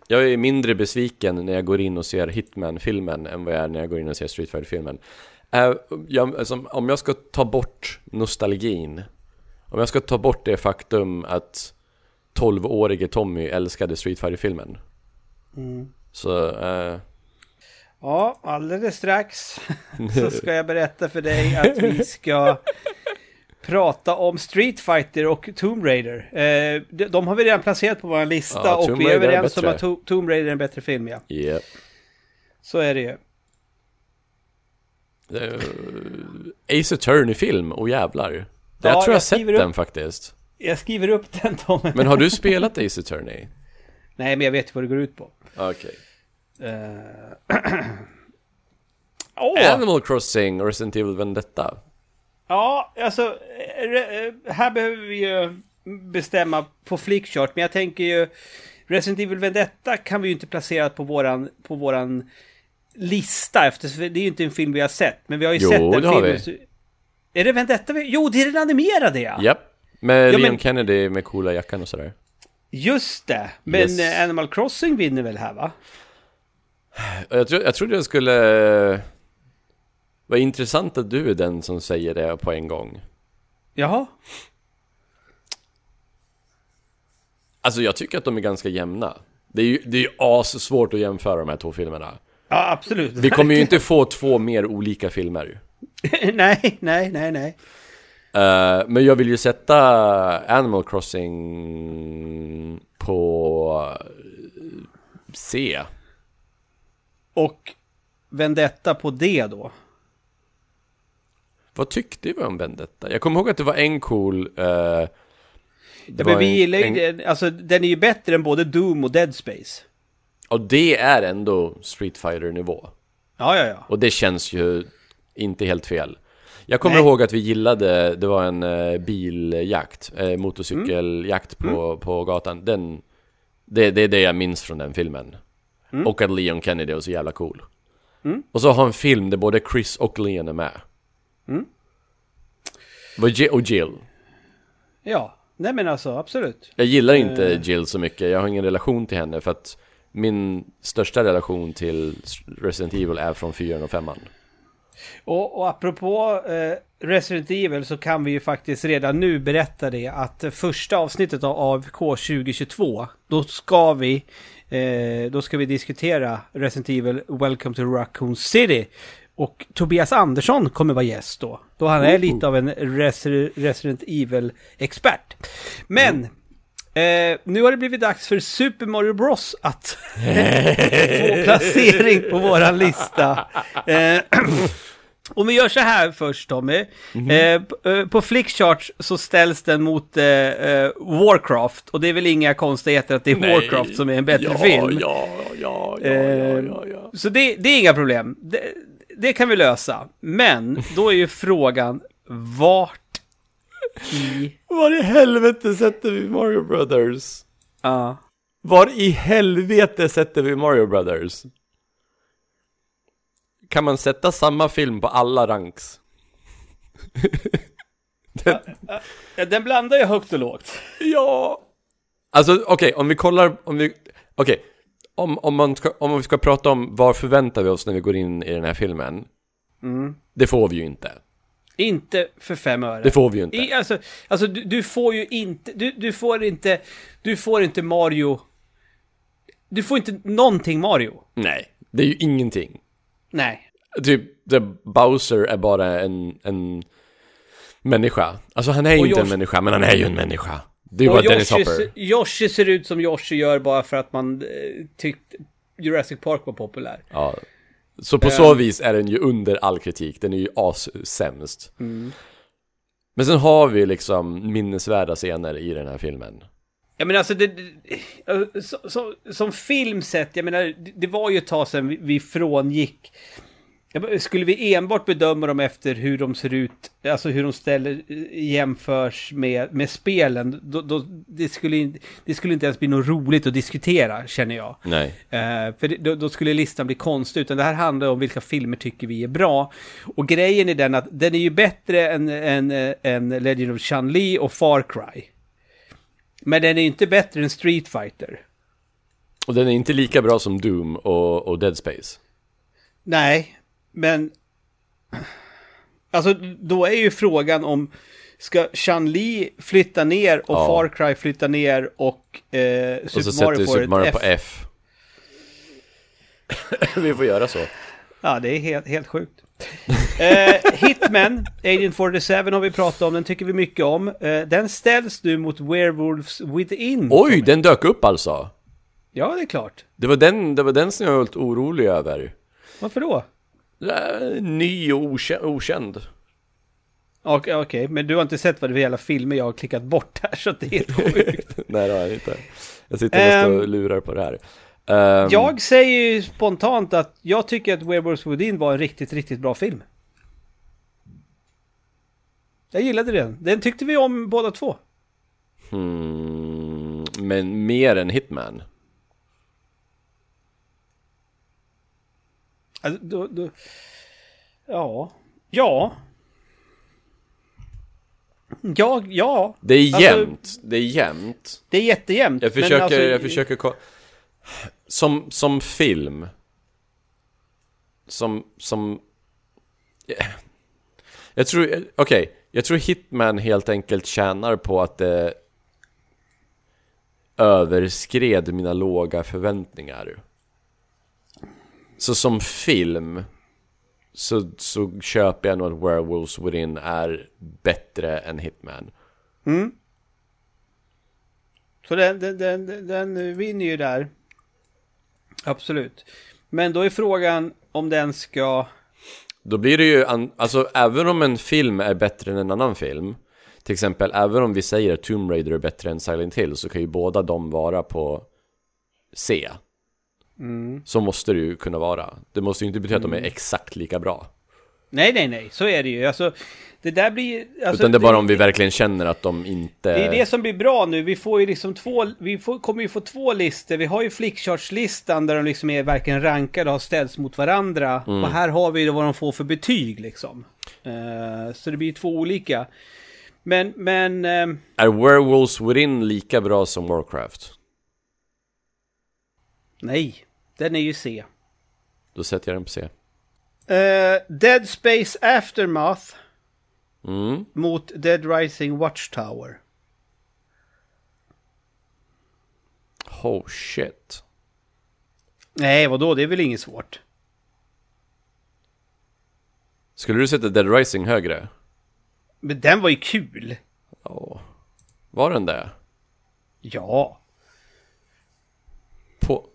B: Jag är mindre besviken när jag går in och ser Hitman-filmen än vad jag är när jag går in och ser Street Fighter-filmen. Eh, jag, alltså, om jag ska ta bort nostalgin, om jag ska ta bort det faktum att 12-årige Tommy älskade Street Fighter-filmen.
A: Mm.
B: Så, eh,
A: Ja, alldeles strax så ska jag berätta för dig att vi ska prata om Street Fighter och Tomb Raider. Eh, de, de har vi redan placerat på vår lista
B: Ja, Tomb
A: och vi är
B: Raider är
A: överens om
B: bättre.
A: att To- Tomb Raider är en bättre film, ja.
B: yeah.
A: Så är det ju.
B: Eh, Ace Attorney-film, och jävlar. jag tror jag,
A: jag
B: sett
A: skriver upp-
B: den faktiskt.
A: Jag skriver upp den Tommy.
B: Men har du spelat Ace Attorney?
A: Nej, men jag vet vad det går ut på. Eh,
B: Okej.
A: Åh!
B: Animal Crossing och Resident Evil Vendetta.
A: Ja, alltså eh, re- eh, här behöver vi ju bestämma på flickchart, men jag tänker ju Resident Evil Vendetta kan vi ju inte placera på våran, på våran lista, eftersom det är ju inte en film vi har sett, men vi har ju
B: Jo,
A: sett den
B: det har
A: filmen.
B: vi.
A: så- Är det Vendetta vi... Jo, det är den animerade ja!
B: Japp. Med
A: Ja,
B: Liam
A: men-
B: Kennedy med coola jackan och sådär.
A: Just det! Men
B: Yes.
A: eh, Animal Crossing vinner väl här va?
B: Jag, tro, jag trodde jag skulle... Vad intressant att du är den som säger det på en gång.
A: Jaha?
B: Alltså jag tycker att de är ganska jämna. Det är ju, det är ju assvårt att jämföra de här två filmerna.
A: Ja, absolut.
B: Vi kommer ju inte få två mer olika filmer.
A: nej, nej, nej, nej.
B: Eh, men jag vill ju sätta Animal Crossing på eh, C.
A: Och Vendetta på det då?
B: Vad tyckte vi om Vendetta? Jag kommer ihåg att det var en cool... eh, det
A: Ja, men
B: var
A: vi
B: en-
A: gillar ju
B: en-
A: den, alltså den är ju bättre än både Doom och Dead Space.
B: Och det är ändå Street Fighter-nivå.
A: Ja, ja, ja.
B: Och det känns ju inte helt fel. Jag kommer
A: Nej.
B: ihåg att vi gillade, det var en eh, biljakt, eh, motorcykeljakt på, på gatan. Den, det, det är det jag minns från den filmen. Och att Leon Kennedy var så jävla cool. Och så har en film där både Chris och Leon är med. Vad Ji- Och Jill.
A: Ja, nej men alltså absolut.
B: Jag gillar inte Jill så mycket, jag har ingen relation till henne för att min största relation till Resident Evil är från 4 och 5
A: Och, och apropå eh, Resident Evil så kan vi ju faktiskt redan nu berätta det att eh, första avsnittet av AFK 2022, då ska vi eh, då ska vi diskutera Resident Evil Welcome to Raccoon City. Och Tobias Andersson kommer vara gäst då. Då han är lite av en Resi- Resident Evil-expert. Men eh, nu har det blivit dags för Super Mario Bros att få placering på våran lista. Eh, Om vi gör så här först Tommy. Eh, p- eh, på Flickcharts så ställs den mot eh, eh, Warcraft. Och det är väl inga konstigheter att det är Warcraft som är en bättre
B: ja,
A: film.
B: Ja, ja, ja,
A: Eh,
B: ja, ja, ja.
A: Så det, det är inga problem. Det, det kan vi lösa. Men då är ju frågan vart i...
B: Var i helvete sätter vi Mario Brothers?
A: Ja.
B: Var i helvete sätter vi Mario Brothers? Kan man sätta samma film på alla ranks?
A: Ja, Den blandar ju högt och lågt.
B: Ja! Alltså okej, om vi kollar, om vi, okej. Om, om, man ska, om vi ska prata om vad förväntar vi oss när vi går in i den här filmen? Det får vi ju inte.
A: Inte för fem öre.
B: Det får vi ju inte.
A: I, alltså, alltså du, du får ju inte, du, du får inte, du får inte Mario... Du får inte någonting Mario.
B: Nej, det är ju ingenting.
A: Nej.
B: Typ, det, Bowser är bara en, en människa. Alltså han är ju inte en
A: Yoshi-
B: människa, men han är ju en människa. Det är ju bara
A: Och
B: Dennis
A: Yoshi,
B: Hopper.
A: se- Yoshi ser ut som Yoshi gör bara för att man eh, tyckte Jurassic Park var populär.
B: Ja. Så på
A: Ehm.
B: så vis är den ju under all kritik, den är ju assämst.
A: Mm.
B: Men sen har vi liksom minnesvärda scener i den här filmen.
A: Jag menar alltså, det, det- så, så, som film sett, jag menar, det- det var ju ett tag sedan vi, vi frångick. Jag menar, Skulle vi enbart bedöma dem efter hur de ser ut, alltså hur de ställer, eh, jämförs med, med spelen, då, då, det, skulle, in- det skulle inte ens bli något roligt att diskutera, känner jag.
B: Nej.
A: Eh, för det, då, då skulle listan bli konstig, utan det här handlar om vilka filmer tycker vi är bra. Och grejen är den att den är ju bättre än, än, eh, än Legend of Chun-Li och Far Cry. Men den är ju inte bättre än Street Fighter.
B: Och den är inte lika bra som Doom och, och Dead Space.
A: Nej, men... Alltså, då är ju frågan om... Ska Chun-Li flytta ner och
B: Ja.
A: Far Cry flytta ner och eh,
B: Och så
A: Super
B: sätter
A: Mario
B: vi
A: får
B: Super
A: ett
B: Mario
A: F.
B: på F. vi får göra så.
A: Ja, det är helt, helt sjukt. eh, Hitman, Agent 47 har vi pratat om, den tycker vi mycket om. Eh, den ställs nu mot Werewolves Within.
B: Oj, den dök upp alltså!
A: Ja, det är klart.
B: Det var den, det var den som jag var lite orolig över.
A: Varför då?
B: Äh, Ny och okä- okänd.
A: Okej, okej, men du har inte sett vad det är för jävla filmer jag har klickat bort här, så att det är helt sjukt.
B: Nej, det har jag inte. Jag sitter um,
A: Ehm.
B: och lurar på det här. Ehm,
A: Jag säger ju spontant att jag tycker att Werewolves Within var en riktigt, riktigt bra film. Jag gillade den. Den tyckte vi om båda två.
B: Hmm, men mer än Hitman.
A: Alltså, då, då, ja. Ja. Ja, ja.
B: Det är
A: Alltså-
B: jämnt. det är jämnt.
A: Det är jättejämnt.
B: Jag
A: men
B: försöker,
A: alltså-
B: jag försöker... ko- Som, som film. Som, som... Jag tror, okej. Jag tror Hitman helt enkelt tjänar på att eh, det överskred mina låga förväntningar. Så som film så, så köper jag nog att Werewolves Within är bättre än Hitman.
A: Så den, den, den, den vinner ju där. Absolut. Men då är frågan om den ska...
B: Då blir det ju, an- alltså även om en film är bättre än en annan film Till exempel, även om vi säger att Tomb Raider är bättre än Silent Hill Så kan ju båda de vara på C
A: Mm.
B: Så måste det ju kunna vara Det måste ju inte betyda att de är exakt lika bra
A: Alltså, Nej, nej, nej. Så är det ju. Alltså, det där blir... Alltså,
B: Utan det är bara om vi verkligen känner att de inte
A: Det är det som blir bra nu. Vi får ju liksom två, vi får, kommer ju få två listor. Vi har ju flickcharts-listan där de liksom är verkligen rankade och har ställts mot varandra.
B: Mm.
A: Och här har vi då vad de får för betyg liksom. Eh, så det blir ju två olika. Men, men... ehm,
B: Är Werewolves Within lika bra som Warcraft?
A: nej, den är ju C.
B: Då sätter jag den på C
A: Eh, Dead Space Aftermath
B: mm.
A: mot Dead Rising Watchtower.
B: Oh shit
A: Nej, vadå? Det är väl inget svårt.
B: Skulle du sätta Dead Rising högre?
A: Men den var ju kul.
B: Ja Var den det?
A: Ja.
B: På...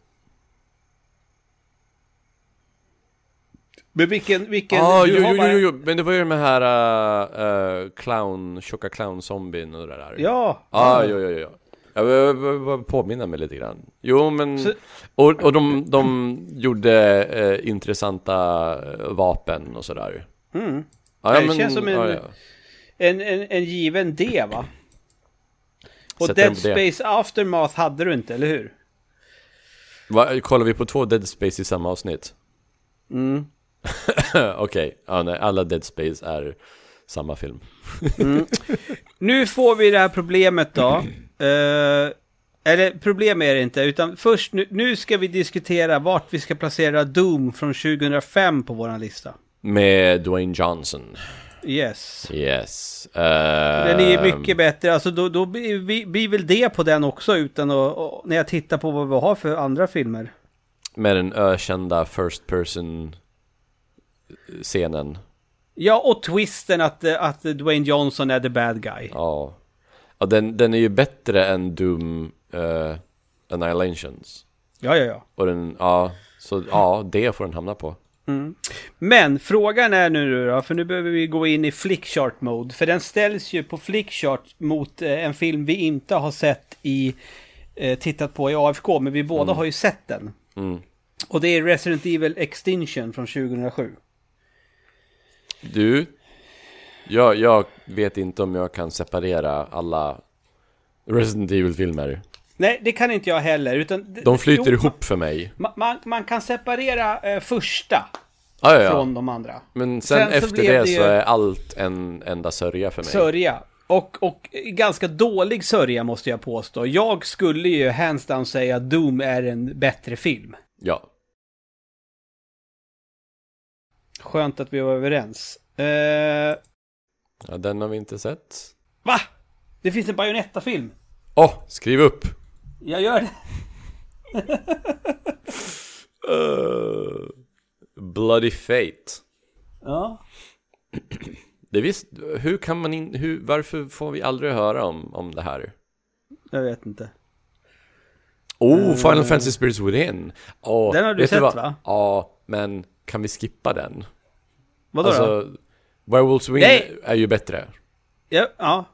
A: Men vilken, vilken...
B: Ja,
A: du
B: Ah, jo,
A: har
B: jo,
A: bara-
B: jo, jo, men det var ju de här äh, äh, clown, tjocka clown-zombien och det där.
A: Ja.
B: Ah, jo, jo, jo. Jag behöver bara påminna mig lite grann. Jo, men...
A: Så-
B: Och, och de, de gjorde eh, intressanta eh, vapen och sådär.
A: Mm.
B: Ah,
A: Det känns som en-
B: ja, ja.
A: en, en, en given D va? Och
B: Sätter den
A: Dead
B: på det.
A: Space Aftermath hade du inte, eller hur?
B: Va, kollar vi på två Dead Space i samma avsnitt? Mm. Okej, ja, nej, alla Dead Space är samma film.
A: Nu får vi det här problemet då. Eh, eller problem är det inte, utan först nu, nu ska vi diskutera vart vi ska placera Doom från 2005 på våran lista.
B: Med Dwayne Johnson.
A: Yes.
B: Yes. Eh,
A: Den är mycket bättre, alltså då, då blir vi- blir väl det på den också utan att, och, när jag tittar på vad vi har för andra filmer.
B: Med den ökända first person scenen.
A: Ja, och twisten att, eh, att Dwayne Johnson är the bad guy.
B: Ja. ja den, den är ju bättre än Doom eh, Annihilations.
A: Ja, ja, ja.
B: Och den, ja, så ja, det får den hamna på.
A: Men frågan är nu då, för nu behöver vi gå in i flickchart mode. För den ställs ju på flickchart mot eh, en film vi inte har sett i, eh, tittat på i AFK, men vi båda har ju sett den.
B: Mm.
A: Och det är Resident Evil Extinction från 2007.
B: Du, jag, jag vet inte om jag kan separera alla Resident Evil-filmer.
A: Nej, det kan inte jag heller. Utan
B: De flyter
A: Jo,
B: ihop för mig.
A: Man, man, man kan separera eh, första
B: Ah, ja, ja.
A: från de andra.
B: Men sen,
A: Sen så
B: efter
A: blev
B: det
A: det ju-
B: så är allt en enda sörja för mig.
A: Sörja. Och, och ganska dålig sörja måste jag påstå. Jag skulle ju hands down säga att Doom är en bättre film.
B: Ja.
A: Skönt att vi var överens. Eh,
B: ja, den har vi inte sett.
A: va? Det finns en Bayonetta-film.
B: Åh, oh, skriv upp!
A: Jag gör det.
B: Eh, Bloody Fate.
A: Ja.
B: Det är visst, hur kan man in, hur, varför får vi aldrig höra om, om det här?
A: Jag vet inte.
B: Oh, Final Fantasy Spirits Within! Oh,
A: Mm. Den har du sett, va?
B: Ja, men kan vi skippa den?
A: Vadå då?
B: Alltså, Werewolves Win
A: Nej!
B: är ju bättre.
A: Ja, ja.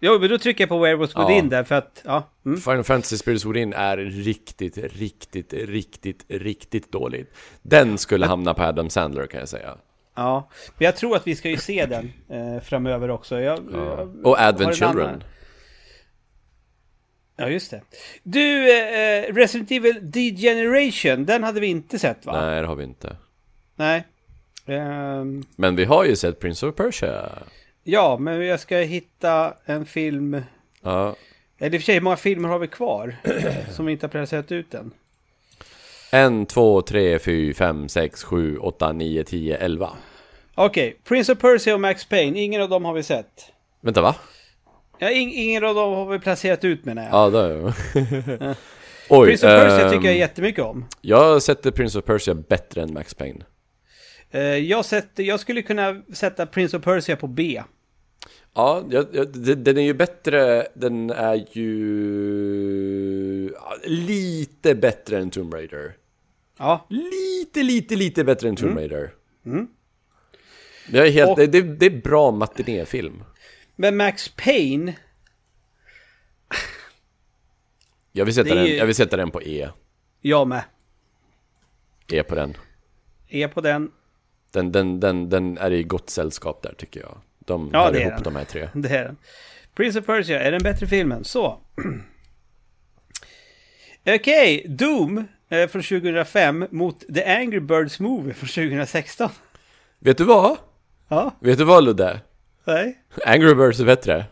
A: Jo, men då trycker jag på Werewolves
B: Ja.
A: Within där för att, ja. Mm.
B: Final Fantasy Spirits Within är riktigt, riktigt, riktigt, riktigt dåligt. Den skulle hamna på Adam Sandler kan jag säga.
A: Ja. Men jag tror att vi ska ju se den eh, framöver också. Jag, jag,
B: Och
A: Har
B: Advent
A: en
B: Children.
A: annan. Ja, just det. Du, eh, Resident Evil Degeneration, den hade vi inte sett va?
B: Nej, det har vi inte.
A: Nej. Ehm,
B: Men vi har ju sett Prince of Persia.
A: ja, men jag ska hitta en film. Eller i
B: Ja.
A: och för sig, hur många filmer har vi kvar? som vi inte har placerat ut än.
B: En, två, tre, fyra, fem, sex, sju, åtta, nio, tio, elva.
A: Okej, Prince of Persia och Max Payne, ingen av dem har vi sett.
B: Vänta, va?
A: Ja, ing, ingen av dem har vi placerat ut menar jag.
B: Ja, det är jag. Oj,
A: Prince of Persia
B: ehm,
A: tycker jag jättemycket om.
B: jag sätter Prince of Persia bättre än Max Payne.
A: Eh, jag, sätter, jag skulle kunna sätta Prince of Persia på B.
B: Ja, jag, jag, d- den är ju bättre, den är ju ja, lite bättre än Tomb Raider.
A: Ja,
B: Lite, lite, lite bättre än Tomb Raider. Jag är
A: Mm.
B: helt,
A: Och-
B: det, det, det är bra matinéfilm.
A: men Max Payne,
B: Jag vill, sätta
A: Det är
B: den,
A: ju-
B: jag vill sätta den på E.
A: jag med.
B: E på den.
A: Är på den.
B: Den, den, den, den är i gott sällskap där tycker jag. De
A: Ja,
B: hör
A: det är
B: ihop
A: den.
B: de här tre.
A: Det är den. Prince of Persia är den bättre filmen. Så. Okej, Doom eh, från 2005 mot The Angry Birds Movie från 2016.
B: Vet du vad?
A: Ja,
B: Vet du vad Ludde?
A: nej.
B: Angry Birds är bättre.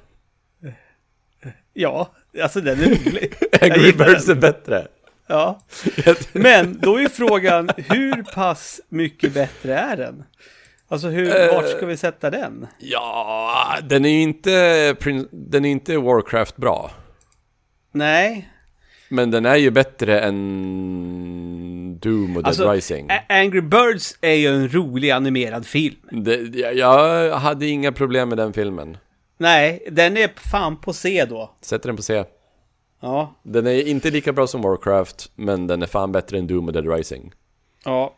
A: Ja, alltså den är rolig. Jag
B: Angry
A: gillar
B: Birds
A: den.
B: är bättre.
A: Ja. Men då är frågan, hur pass mycket bättre är den? Alltså
B: Eh.
A: hur, vart ska vi sätta den?
B: Ja, den är ju inte, prin- den är inte Warcraft bra.
A: Nej,
B: Men den är ju bättre än Doom och Dead
A: alltså
B: Rising.
A: A- Angry Birds är ju en rolig animerad film.
B: Det, jag, jag hade inga problem med den filmen.
A: Nej, den är fan på C då.
B: Sätter den på C.
A: Ja,
B: Den är inte lika bra som Warcraft, men den är fan bättre än Doom och Dead Rising.
A: Ja.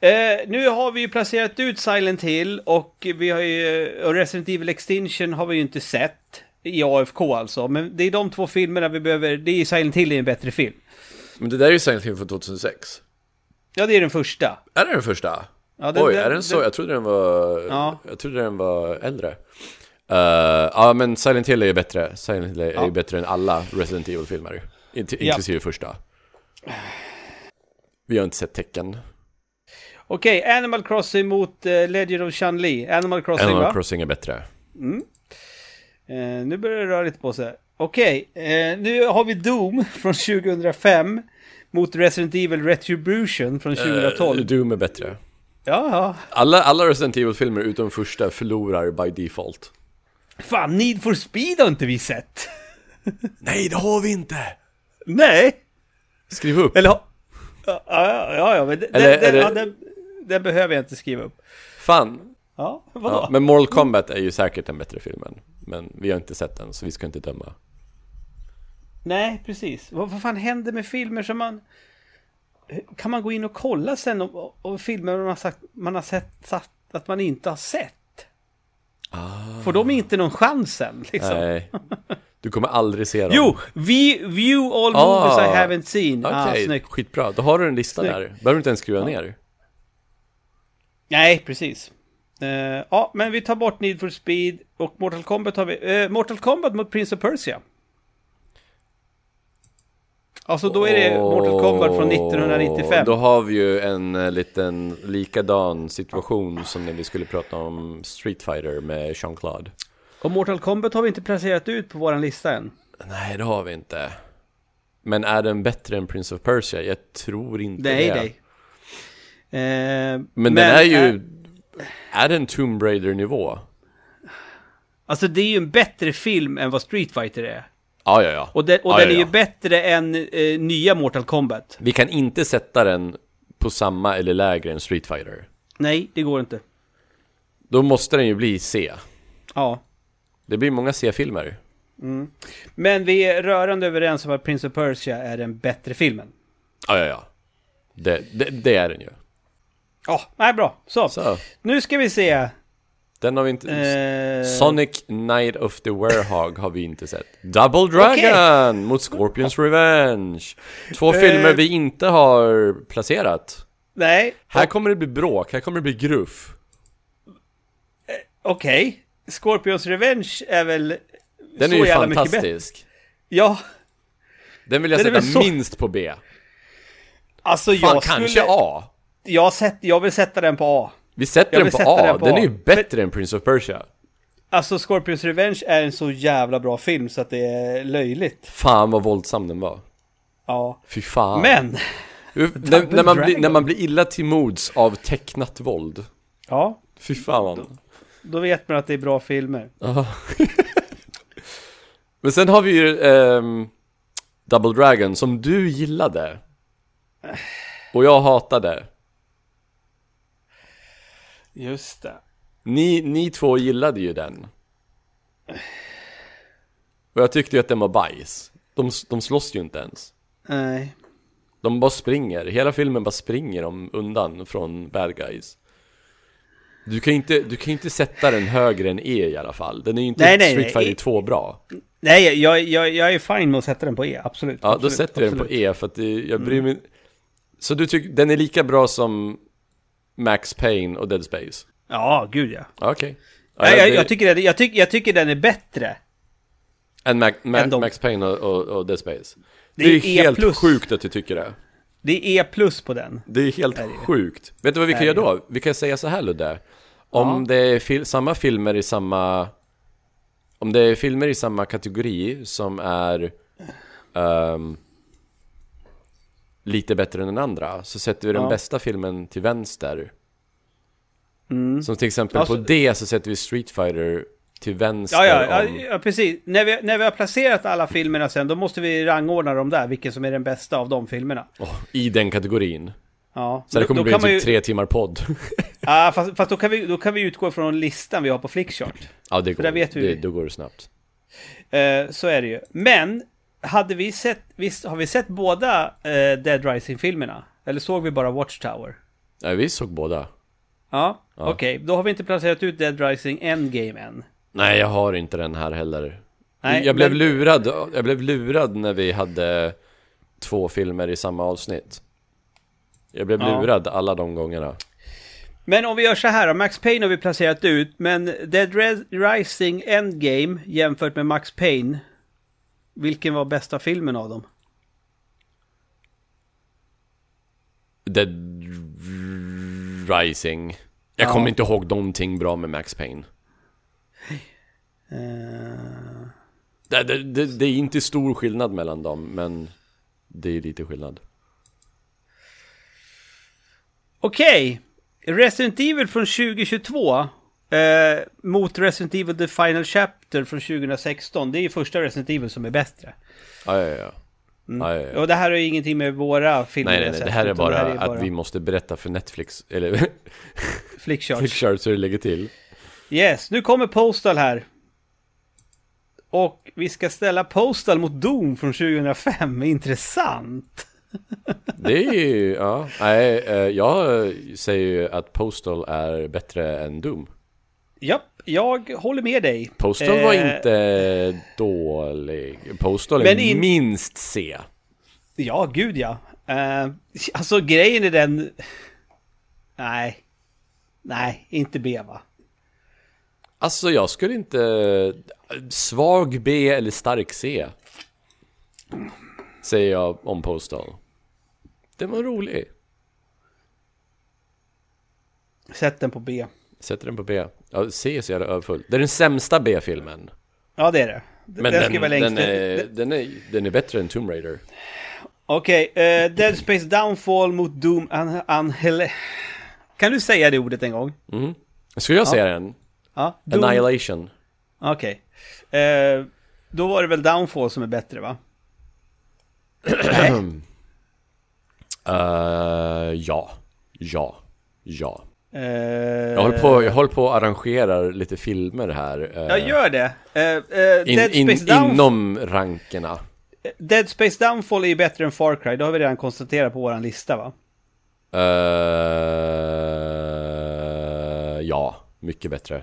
A: Eh, nu har vi ju placerat ut Silent Hill och vi har ju, och Resident Evil Extinction har vi ju inte sett. I AFK alltså, men det är de två filmerna vi behöver, det är Silent Hill är en bättre film.
B: Men det där är ju Silent Hill från 2006.
A: Ja, det är den första.
B: Är det den första?
A: Ja, den-
B: Oj,
A: den-
B: är den så?
A: den-
B: Jag trodde den var,
A: Ja.
B: jag trodde den var äldre. Eh, ja, men Silent Hill är ju bättre. Silent Hill är ju bättre än alla Resident Evil-filmer. Int- inklusive första. Vi har inte sett tecken.
A: Okej, Animal Crossing mot eh, Legend of Chun-Li. Animal Crossing
B: Animal
A: va?
B: Crossing är bättre.
A: Eh, nu börjar det röra lite på sig. Okej, eh, nu har vi Doom från 2005 mot Resident Evil Retribution från 2012.
B: Eh, Doom är bättre.
A: ja, ja.
B: Alla, alla Resident Evil-filmer utom första förlorar by default.
A: Fan, Need for Speed har inte vi sett.
B: Nej, det har vi inte!
A: Nej.
B: Skriv upp.
A: Eller ha- Ja, ja, ja, ja men den,
B: Eller
A: den,
B: är det-
A: ja, den, den behöver jag inte skriva upp.
B: Fan.
A: Ja, vadå?
B: Ja, men Mortal Kombat är ju säkert den bättre filmen. Men vi har inte sett den, så vi ska inte döma.
A: Nej, precis. Vad, vad fan händer med filmer som man... Kan man gå in och kolla sen om, om filmer man har, sagt, man har sett, satt, att man inte har sett? Får de inte någon chans sen? Liksom?
B: Ah. Nej. Du kommer aldrig se dem.
A: Jo, vi, view all
B: Ah.
A: movies I haven't seen. Ah,
B: Okej,
A: snyggt.
B: skitbra. Då har du en lista
A: Snyggt.
B: där. Behöver du inte ens skruva ner.
A: Nej, precis. Eh, ja, men vi tar bort Need for Speed och Mortal Kombat har vi. eh, Mortal Kombat mot Prince of Persia. Alltså då är det Mortal Kombat från
B: Åh,
A: 1995.
B: Då har vi ju en eh, liten likadan situation som när vi skulle prata om Street Fighter med Jean-Claude.
A: Och Mortal Kombat har vi inte placerat ut på våran lista än.
B: Nej, det har vi inte. Men är den bättre än Prince of Persia? Jag tror inte
A: Nej,
B: det.
A: nej. Eh,
B: Men, den är ju... Är den Tomb Raider-nivå?
A: alltså det är ju en bättre film än vad Street Fighter är.
B: Ja, ja, ja.
A: Och, den- och
B: Ja,
A: den
B: ja,
A: är ju
B: ja.
A: bättre än eh, nya Mortal Kombat.
B: Vi kan inte sätta den på samma eller lägre än Street Fighter.
A: Nej, det går inte.
B: Då måste den ju bli C.
A: Ja.
B: Det blir många C-filmer.
A: Men vi är rörande överens om att Prince of Persia är den bättre filmen.
B: Ja, ja, ja. Det, det, det är den ju.
A: Ja, nej bra. Så.
B: Så,
A: Nu ska vi se.
B: den har vi inte...
A: Eh,
B: Sonic Night of the Werehog har vi inte sett. Double Dragon mot Scorpions Revenge. Två
A: Eh.
B: filmer vi inte har placerat.
A: Nej,
B: Här kommer det bli bråk, här kommer det bli gruff.
A: okej. Scorpions Revenge är väl
B: Den
A: så
B: är ju
A: jävla mycket bättre.
B: fantastisk.
A: Ja,
B: Den vill jag
A: Den är
B: sätta
A: väl så-
B: minst på B.
A: alltså
B: Fan,
A: jag
B: kanske
A: skulle...
B: A.
A: Jag, sätt, jag vill sätta den på A.
B: Vi sätter
A: Jag
B: den
A: vill
B: på
A: sätta
B: A.
A: den på
B: den
A: A.
B: är ju bättre än Prince of Persia.
A: Alltså Scorpions Revenge är en så jävla bra film så att det är löjligt.
B: Fan vad våldsam den var.
A: Ja.
B: Fy fan.
A: Men!
B: Uff, när, när, man blir,
A: Dragon.
B: när man blir illa till mods av tecknat våld.
A: Ja,
B: Fy fan.
A: då vet man att det är bra filmer.
B: Ja. Men sen har vi ju ehm, Double Dragon som du gillade. Och jag hatade.
A: Just det.
B: Ni, ni två gillade ju den. Och jag tyckte ju att den var bajs. De, de slåss ju inte ens.
A: Nej.
B: De bara springer, hela filmen bara springer de undan från bad guys Du kan ju inte, du kan ju inte sätta den högre än E i alla fall Den är ju inte
A: Nej, nej,
B: Street
A: nej. E-
B: Fighter 2 bra
A: Nej, jag, jag, jag är fine med att sätta den på E, absolut.
B: Ja,
A: absolut,
B: då sätter du den på
A: absolut. Mm.
B: E för att det, jag bryr mig Så du tycker, den är lika bra som Max Payne och Dead Space?
A: Ja, gud ja.
B: Ja, Okej
A: Nej,
B: ja,
A: jag,
B: det-
A: jag, tycker den, jag, tycker, jag tycker den är bättre.
B: än Mac, Ma,
A: än de-
B: Max Payne och, och, och Dead Space Det,
A: Det är
B: är
A: E+.
B: helt sjukt att du tycker det
A: Det är E plus på den.
B: Det är helt sjukt. Vet du vad vi kan
A: Nej.
B: göra då? Vi kan säga så här Ludde. Om det är fil- samma filmer i samma... Om det är filmer i samma kategori som är ehm, lite bättre än den andra så sätter vi den
A: Ja.
B: bästa filmen till vänster. Som till exempel
A: Alltså-
B: på D så sätter vi Street Fighter till vänster
A: Ja, ja, ja,
B: om...
A: ja precis. När vi, när vi har placerat alla filmerna sen, då måste vi rangordna dem där, vilken som är den bästa av de filmerna.
B: Åh, I den kategorin.
A: Ja.
B: Så det kommer
A: då,
B: bli
A: kan man
B: typ
A: ju,
B: tre timmar podd.
A: Ja, fast, fast då, kan vi, då kan vi utgå från listan vi har på Flickchart.
B: ja, det går,
A: där vet vi-
B: det, då går det snabbt.
A: Eh, så är det ju. Men, hade vi sett, visst, har vi sett båda eh, Dead Rising-filmerna? Eller såg vi bara Watchtower?
B: Ja, vi såg båda.
A: Ja, okej. Då har vi inte placerat ut Dead Rising Endgame än.
B: Nej, jag har inte den här heller.
A: Nej,
B: jag, blev
A: men-
B: lurad, jag blev lurad när vi hade två filmer i samma avsnitt. Jag blev
A: Ja.
B: lurad alla de gångerna.
A: Men om vi gör så här då, Max Payne har vi placerat ut, men Dead Res- Rising Endgame jämfört med Max Payne, vilken var bästa filmen av dem?
B: Dead Rising. Jag
A: Ja.
B: kommer inte ihåg någonting bra med Max Payne.
A: Eh,
B: Det, det, det, det är inte stor skillnad mellan dem, men det är lite skillnad.
A: Okej, Resident Evil från 2022 eh, mot Resident Evil The Final Chapter från 2016. Det är ju första Resident Evil som är bättre.
B: Ja, ja, ja. ja, ja, ja.
A: Och det här har ju ingenting med våra filmer
B: Nej, nej, nej.
A: sett,
B: Det här är
A: Mm. utan
B: bara, att vi måste berätta för Netflix, eller
A: Flickcharts.
B: Flickcharts hur det ligger till.
A: Yes, nu kommer Postal här. Och vi ska ställa Postal mot Doom från 2005. Intressant!
B: Det är ju, ja. Nej, eh, jag säger ju att Postal är bättre än Doom.
A: Japp, jag håller med dig.
B: Postal var
A: Eh,
B: inte dålig. Postal är
A: Men in-
B: minst C.
A: Ja, gud ja. Eh, alltså grejen är den... Nej. Nej, inte B va?
B: Alltså jag skulle inte... Svag B eller stark C. Säger jag om Postal. Den var rolig.
A: Sätt den på B.
B: Sätter den på B. Ja, C är så jävla överfull. Det är den sämsta B-filmen.
A: Ja, det är det. Den,
B: Men den,
A: ska vara
B: den,
A: längst ut.
B: är, den, är, den är bättre än Tomb Raider.
A: Okej, eh, Dead Space Downfall mot Doom Un- Unhele... Kan du säga det ordet en gång?
B: Ska jag säga den?
A: Ja, Doom-
B: Annihilation.
A: Okej. Eh, då var det väl Downfall som är bättre va? Nej.
B: Eh, ja. Ja. Ja.
A: Eh,
B: Jag håller på, jag håller på och arrangerar lite filmer här. eh,
A: Ja, gör det. Eh, eh,
B: in,
A: Dead,
B: in,
A: Space Downfall,
B: Inom rankerna.
A: Dead Space Downfall är ju bättre än Far Cry, det har vi redan konstaterat på våran lista va?
B: Eh, ja, mycket bättre.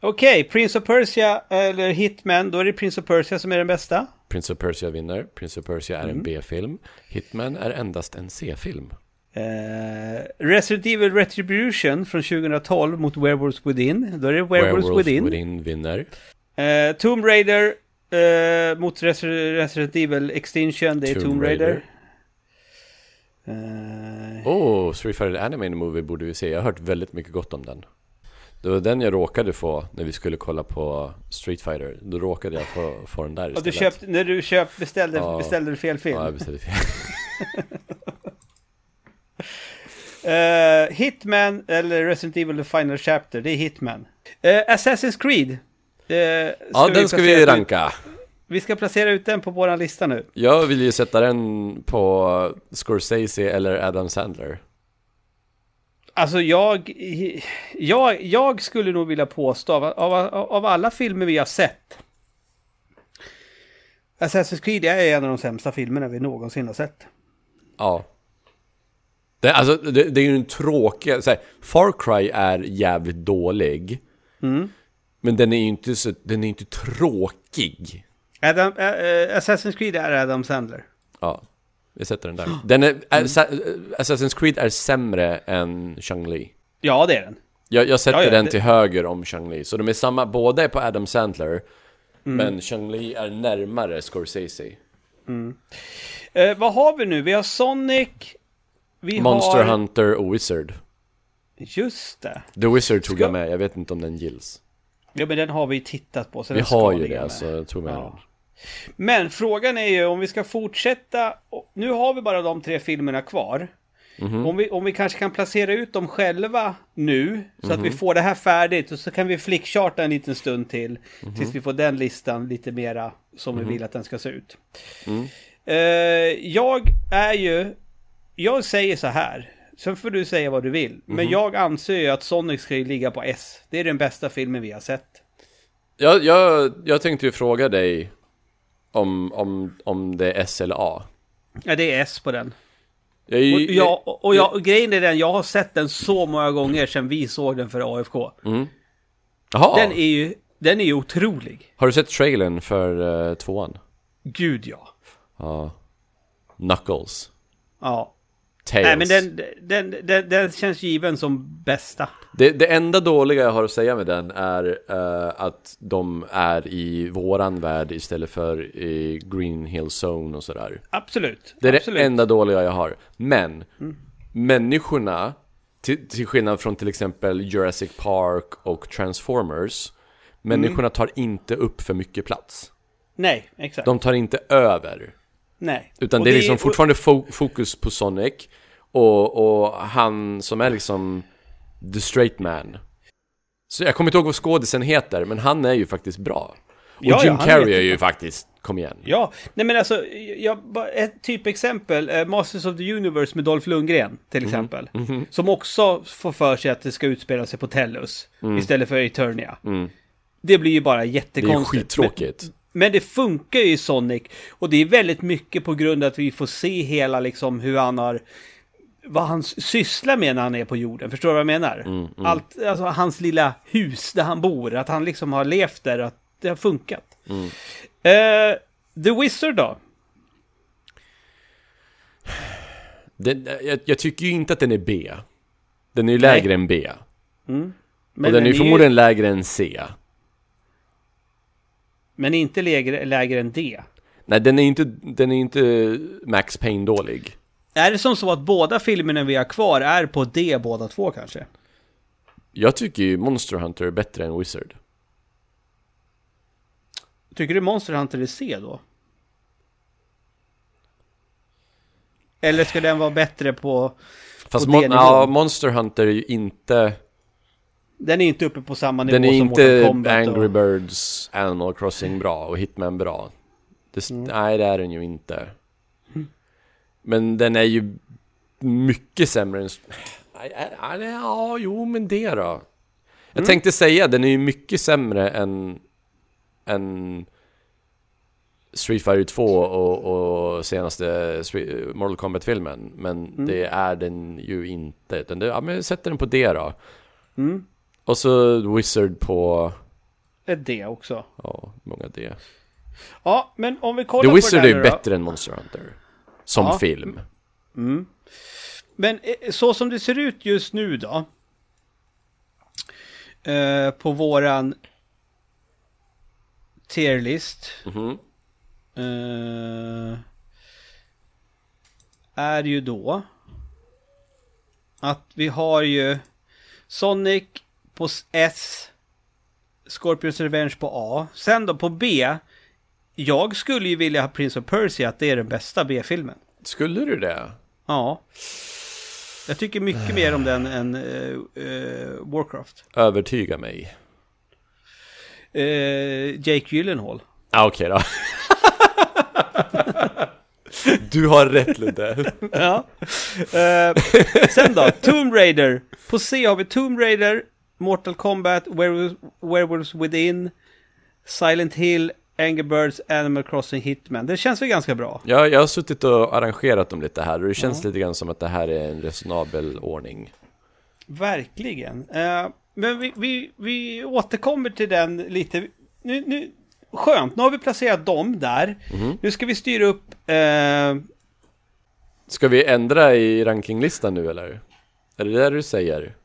A: Okej, Prince of Persia eller Hitman, då är det Prince of Persia som är den bästa.
B: Prince of Persia vinner. Prince of Persia är
A: Mm.
B: en B-film. Hitman är endast en C-film.
A: Eh, Resident Evil Retribution från 2012 mot Werewolves Within, då är det Werewolves, Within.
B: vinner.
A: Eh, Tomb Raider eh, mot Res Resident Evil Extinction, det är Tomb, Raider. Eh,
B: Oh, Three-Fired Anime Movie borde vi se. Jag har hört väldigt mycket gott om den. Det var den jag råkade få när vi skulle kolla på Street Fighter. Då råkade jag få, få den där
A: och
B: istället.
A: du köpte, när du köpte, beställde,
B: Ja.
A: beställde du fel film.
B: Ja, jag beställde fel.
A: Eh, Hitman eller Resident Evil The Final Chapter, det är Hitman. Eh, Assassin's Creed. eh,
B: Ja, den ska
A: placera
B: vi
A: ut-
B: ranka.
A: Vi ska placera ut den på våran lista nu.
B: Jag vill ju sätta den på Scorsese eller Adam Sandler.
A: Alltså jag, jag, jag skulle nog vilja påstå av, av, av alla filmer vi har sett. Assassin's Creed är en av de sämsta filmerna vi någonsin har sett.
B: Ja. Det, alltså, det, det är ju en tråkig... Så här, Far Cry är jävligt dålig.
A: Mm.
B: Men den är ju inte, så, den är inte tråkig.
A: Adam, eh, eh, Assassin's Creed är Adam Sandler.
B: Ja, vi sätter den där. Den är,
A: Mm.
B: Assa- Assassin's Creed är sämre än Chang-Li.
A: Ja, det är den.
B: Jag, jag sätter
A: Ja, ja,
B: den
A: det-
B: till höger om Chang-Li. Så de är samma, båda är på Adam Sandler.
A: Mm.
B: Men Chang-Li är närmare Scorsese.
A: Eh, vad har vi nu? Vi har Sonic. Vi
B: Monster
A: har...
B: Hunter och Wizard.
A: Just det.
B: The Wizard tog
A: Ska-
B: jag med, jag vet inte om den gills.
A: Ja, men den har vi tittat på. Så
B: Vi
A: den ska
B: har ju
A: ligga
B: det,
A: med.
B: alltså jag tog med
A: Ja.
B: den.
A: Men frågan är ju om vi ska fortsätta. och Nu har vi bara de tre filmerna kvar. Om, vi, om vi kanske kan placera ut dem själva nu. Så att vi får det här färdigt. Och så kan vi flickcharta en liten stund till. Tills vi får den listan lite mera som vi vill att den ska se ut. Eh, jag är ju... Jag säger så här. Sen får du säga vad du vill. Men jag anser ju att Sonic ska ju ligga på S. Det är den bästa filmen vi har sett.
B: Jag, jag, jag tänkte ju fråga dig om, om, om det är S eller A.
A: Ja, det är S på den.
B: Jag, är ju-
A: Och, ja, och, jag, och grejen är den, jag har sett den så många gånger sedan vi såg den för AFK.
B: Mm. Jaha,
A: Den är ju, den är ju otrolig.
B: har du sett trailern för eh, tvåan?
A: Gud ja.
B: Ja. Knuckles.
A: Ja.
B: Tales.
A: Nej, men den, den, den, den känns given som bästa.
B: Det, det enda dåliga jag har att säga med den är eh, att de är i våran värld istället för i Green Hill Zone och sådär.
A: Absolut.
B: Det är
A: absolut.
B: det enda dåliga jag har. Men människorna, till, till skillnad från till exempel Jurassic Park och Transformers, människorna tar inte upp för mycket plats.
A: Nej, exakt.
B: De tar inte över.
A: Nej.
B: Utan
A: Och
B: det är liksom
A: och-
B: fortfarande fo- fokus på Sonic och, och han som är liksom the straight man. Så jag kommer inte ihåg vad skådisen heter, men han är ju faktiskt bra. Och
A: Ja, ja,
B: Jim
A: han är
B: Carrey är
A: jättebra.
B: ju faktiskt, kom igen.
A: Ja, nej men alltså, jag, bara ett typexempel, eh, Masters of the Universe med Dolph Lundgren till
B: Mhm.
A: exempel. Som också får för sig att det ska utspela sig på Tellus istället för Eternia. Det blir ju bara
B: Mm. Det är ju
A: jättekonstigt.
B: skittråkigt.
A: Men, men det funkar ju i Sonic och det är väldigt mycket på grund av att vi får se hela liksom hur han har vad han s- sysslar med när han är på jorden, förstår du vad jag menar?
B: Mm,
A: Allt, alltså hans lilla hus där han bor, att han liksom har levt där, att det har funkat.
B: Mm.
A: Eh, The Wizard då?
B: Den, jag, jag tycker ju inte att den är B. Den är ju lägre än B.
A: Men
B: Och den är ju
A: ju-
B: förmodligen lägre än C.
A: Men inte lägre, lägre än det.
B: Nej, den är ju inte, den är ju inte Max Payne-dålig.
A: Är det som så att båda filmerna vi har kvar är på D båda två kanske?
B: Jag tycker ju Monster Hunter är bättre än Wizard.
A: Tycker du Monster Hunter är C då? Eller ska den vara bättre på...
B: Fast
A: På
B: mon,
A: D-nivå.
B: ja, Monster Hunter är ju inte...
A: Den är inte uppe på samma nivå
B: Den är
A: som
B: inte
A: Mortal Kombat
B: Angry
A: och...
B: Birds, Animal Crossing bra och Hitman bra. Det, Nej, det är den ju inte. Men den är ju mycket sämre än... Nej, nej, nej, Ja, jo, men det då. Jag tänkte säga, den är ju mycket sämre än... än Street Fighter 2 och, och senaste Stre- Mortal Kombat-filmen. Men det är den ju inte. Utan det, ja, men jag sätter den på det då. Och så Wizard på...
A: Ett D också.
B: Ja, hur många det. är?
A: Ja, men om vi kollar
B: The
A: på
B: Wizard
A: det här
B: är ju
A: nu då.
B: bättre än Monster Hunter. Som
A: Ja.
B: film.
A: Men eh, så som det ser ut just nu då. Eh, på våran tierlist.
B: Mm-hmm.
A: Eh, är ju då. Att vi har ju Sonic på s- S. Scorpions Revenge på A. Sen då på B. Jag skulle ju vilja ha Prince of Persia att det är den bästa B-filmen.
B: Skulle du det?
A: Ja. Jag tycker mycket mer om den än eh, eh, Warcraft.
B: Övertyga mig.
A: Eh, Jake Gyllenhaal.
B: Ah, Okej då. du har rätt Ludde.
A: Ja. Eh, sen då, Tomb Raider. På C har vi Tomb Raider, Mortal Kombat, Werewolves, Werewolves Within, Silent Hill, Angry Birds, Animal Crossing, Hitman. Det känns väl ganska bra?
B: Jag, jag har suttit och arrangerat dem lite här och det känns lite grann som att det här är en resonabel ordning.
A: Verkligen. Eh, men vi, vi, vi återkommer till den lite. Nu, nu, skönt, nu har vi placerat dem där. Nu ska vi styra upp... eh,
B: Ska vi ändra i rankinglistan nu eller? Är det det du säger?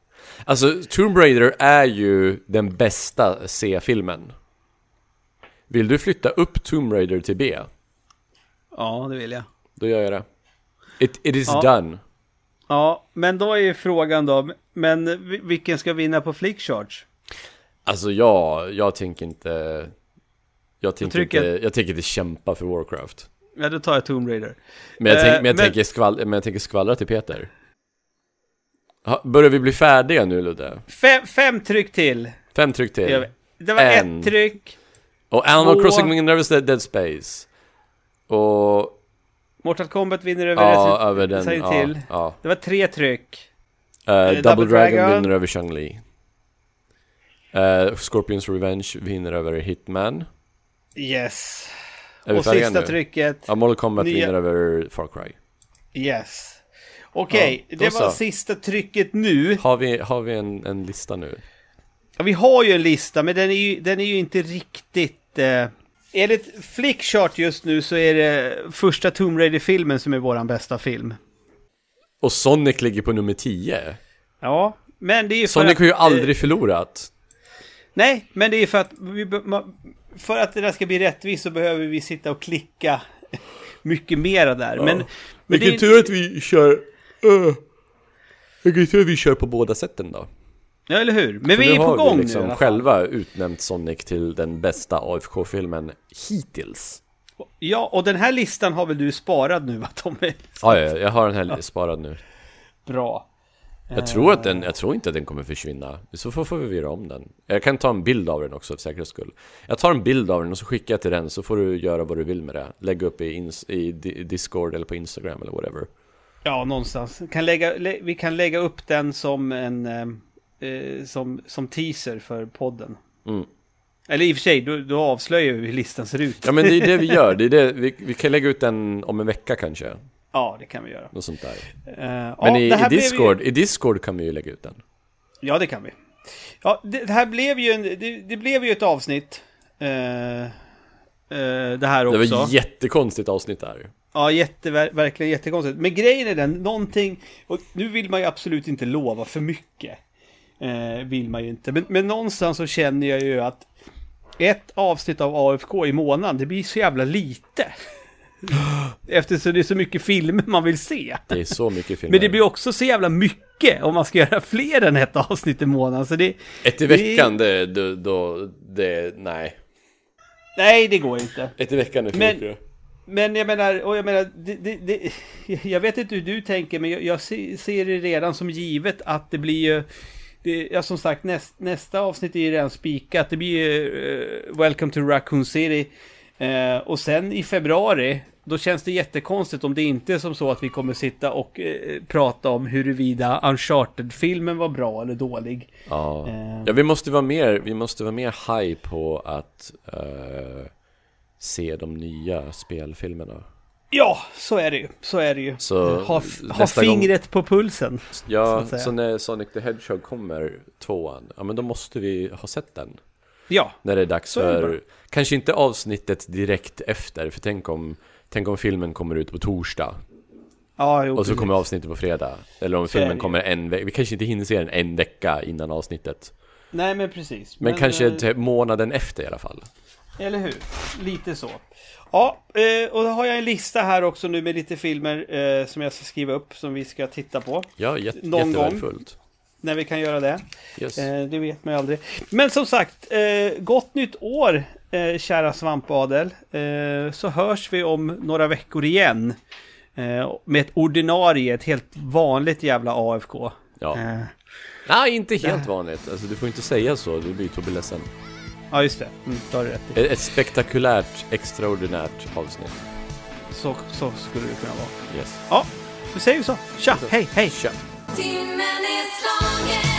B: Alltså, Tomb Raider är ju den bästa C-filmen. Vill du flytta upp Tomb Raider till B?
A: ja, det vill jag.
B: Då gör jag det. It, it is
A: Ja.
B: done.
A: Ja, men då är ju frågan då, men vi- vilken ska vinna på Flickcharge?
B: Alltså ja, jag tänker inte... Jag tänker,
A: tycker-
B: inte, jag tänker inte kämpa för Warcraft.
A: Ja, då tar jag Tomb Raider.
B: Men jag,
A: Eh,
B: tänk, men jag,
A: men-
B: Tänker, skvall, men jag tänker skvallra till Peter. Ha, börjar vi bli färdiga nu Ludde?
A: Fem, fem tryck till.
B: Fem tryck till.
A: Det gör vi. Det var
B: En.
A: ett tryck.
B: Och Animal
A: Två.
B: Crossing Nervous Dead, Dead Space. Och...
A: Mortal Kombat vinner över
B: Ja,
A: Resident-
B: över den.
A: Silent
B: Ja,
A: Hill.
B: ja.
A: Det var tre tryck.
B: Eh,
A: Double
B: Double, Dragon,
A: Dragon.
B: vinner över Chang-Li. Eh, Scorpions Revenge vinner över Hitman.
A: Yes.
B: Är vi
A: Och
B: färdiga
A: sista
B: nu?
A: trycket.
B: Ja, Mortal Kombat
A: Nya-
B: vinner över Far Cry.
A: Yes. Okej,
B: Ja, då
A: det var
B: så.
A: sista trycket nu.
B: Har vi, har vi en, en lista nu?
A: Ja, Vi har ju en lista, men den är ju, den är ju inte riktigt... Eh... Enligt Flickchart just nu så är det första Tomb Raider-filmen som är våran bästa film.
B: Och Sonic ligger på nummer 10.
A: Ja, men det är ju för
B: Sonic
A: att,
B: har ju
A: eh,
B: aldrig förlorat.
A: Nej, men det är för att vi, be- ma- för att det där ska bli rättvist så behöver vi sitta och klicka mycket mera där. Men, men det,
B: Vilken
A: är-
B: tur att vi kör... Uh, vilken tur att vi kör på båda sätten då.
A: ja, eller hur? Men
B: För
A: vi
B: nu
A: är på
B: har
A: gång
B: vi
A: nu. i
B: liksom
A: alla fall.
B: själva utnämnt Sonic till den bästa AFK-filmen hittills.
A: Ja, och den här listan har väl du sparad nu, va Tommy?
B: Ja, ja, jag har den här sparad nu.
A: Bra.
B: Jag tror, att den, jag tror inte att den kommer försvinna. I så fall får vi göra om den. Jag kan ta en bild av den också för säkerhets skull. Jag tar en bild av den och så skickar jag till den så får du göra vad du vill med det. Lägg upp i, ins- i di- Discord eller på Instagram eller whatever.
A: Ja, någonstans. Kan lägga, lä, vi kan lägga upp den som en eh, eh, som, som teaser för podden.
B: Mm.
A: Eller i och för sig, då, då avslöjar vi hur listan ser ut.
B: Ja men det är det vi gör. Det är det, vi, vi kan lägga ut den om en vecka kanske.
A: Ja, det kan vi göra.
B: Något sånt där.
A: Eh,
B: Men
A: ja,
B: i,
A: det här
B: i,
A: blev
B: Discord, i Discord kan vi ju lägga ut den.
A: Ju, ja, det kan vi. Ja, det, det här blev ju, en, det, det blev ju ett avsnitt. Eh, eh, det här också.
B: Det var ett jättekonstigt avsnitt där.
A: Ja, jätte, ver- verkligen jättekonstigt. Men grejen är den, någonting, och nu vill man ju absolut inte lova för mycket. Eh, vill man ju inte. Men, men någonstans så känner jag ju att ett avsnitt av AFK i månaden, det blir så jävla lite. Eftersom det är så mycket filmer man vill se.
B: Det är så mycket filmer.
A: Men det blir också så jävla mycket om man ska göra fler än ett avsnitt i månaden. Så det,
B: Ett i veckan, det, det, då, det, nej.
A: nej, det går inte.
B: Ett i veckan är för
A: Men-
B: mycket.
A: Men jag menar, och jag menar, det, det, det, jag vet inte hur du tänker, men jag, jag se- ser det redan som givet att det blir ju, det, ja som sagt, näst, nästa avsnitt är ju redan spikat, det blir ju eh, Welcome to Raccoon City. Eh, och sen i februari, då känns det jättekonstigt om det inte är som så att vi kommer sitta och eh, prata om huruvida Uncharted-filmen var bra eller dålig.
B: Ja.
A: Eh.
B: ja, vi måste vara mer, vi måste vara mer high på att eh, se de nya spelfilmerna.
A: Ja, så är det ju, så är det ju.
B: Så
A: ha f- ha
B: nästa gång-
A: fingret på pulsen. Så
B: Ja,
A: att säga.
B: så, när Sonic the Hedgehog kommer, tvåan, ja men då måste vi ha sett den.
A: Ja,
B: När det är dags
A: är det
B: för, kanske inte avsnittet direkt efter, för tänk om, tänk om filmen kommer ut på torsdag
A: ja jo,
B: och så
A: precis.
B: kommer avsnittet på fredag. Eller om
A: Så är det
B: filmen
A: ju.
B: kommer en vecka, vi kanske inte hinner se den en vecka innan avsnittet.
A: Nej men precis.
B: Men, kanske
A: eh,
B: till månaden efter i alla fall.
A: Eller hur? Lite så. Ja, eh, och då har jag en lista här också nu med lite filmer eh, som jag ska skriva upp som vi ska titta på.
B: Ja, jätte,
A: Någon gång.
B: jättevärdefullt.
A: När vi kan göra det.
B: Yes.
A: Eh, det vet man ju aldrig. Men som sagt, eh, gott nytt år eh, kära svampadel. Eh, så hörs vi om några veckor igen. Eh, med ett ordinarie, ett helt vanligt jävla AFK.
B: Ja.
A: Eh,
B: Nej, inte helt vanligt. Alltså, du får inte säga så, då blir Tobbe ledsen.
A: ja, just det. Mm, då har du rätt i.
B: Ett, ett spektakulärt, extraordinärt avsnitt.
A: Så, så skulle det kunna vara.
B: Yes.
A: Ja, vi säger så. Tja, hej, hej!
B: Tja.
C: Timmen är slagen E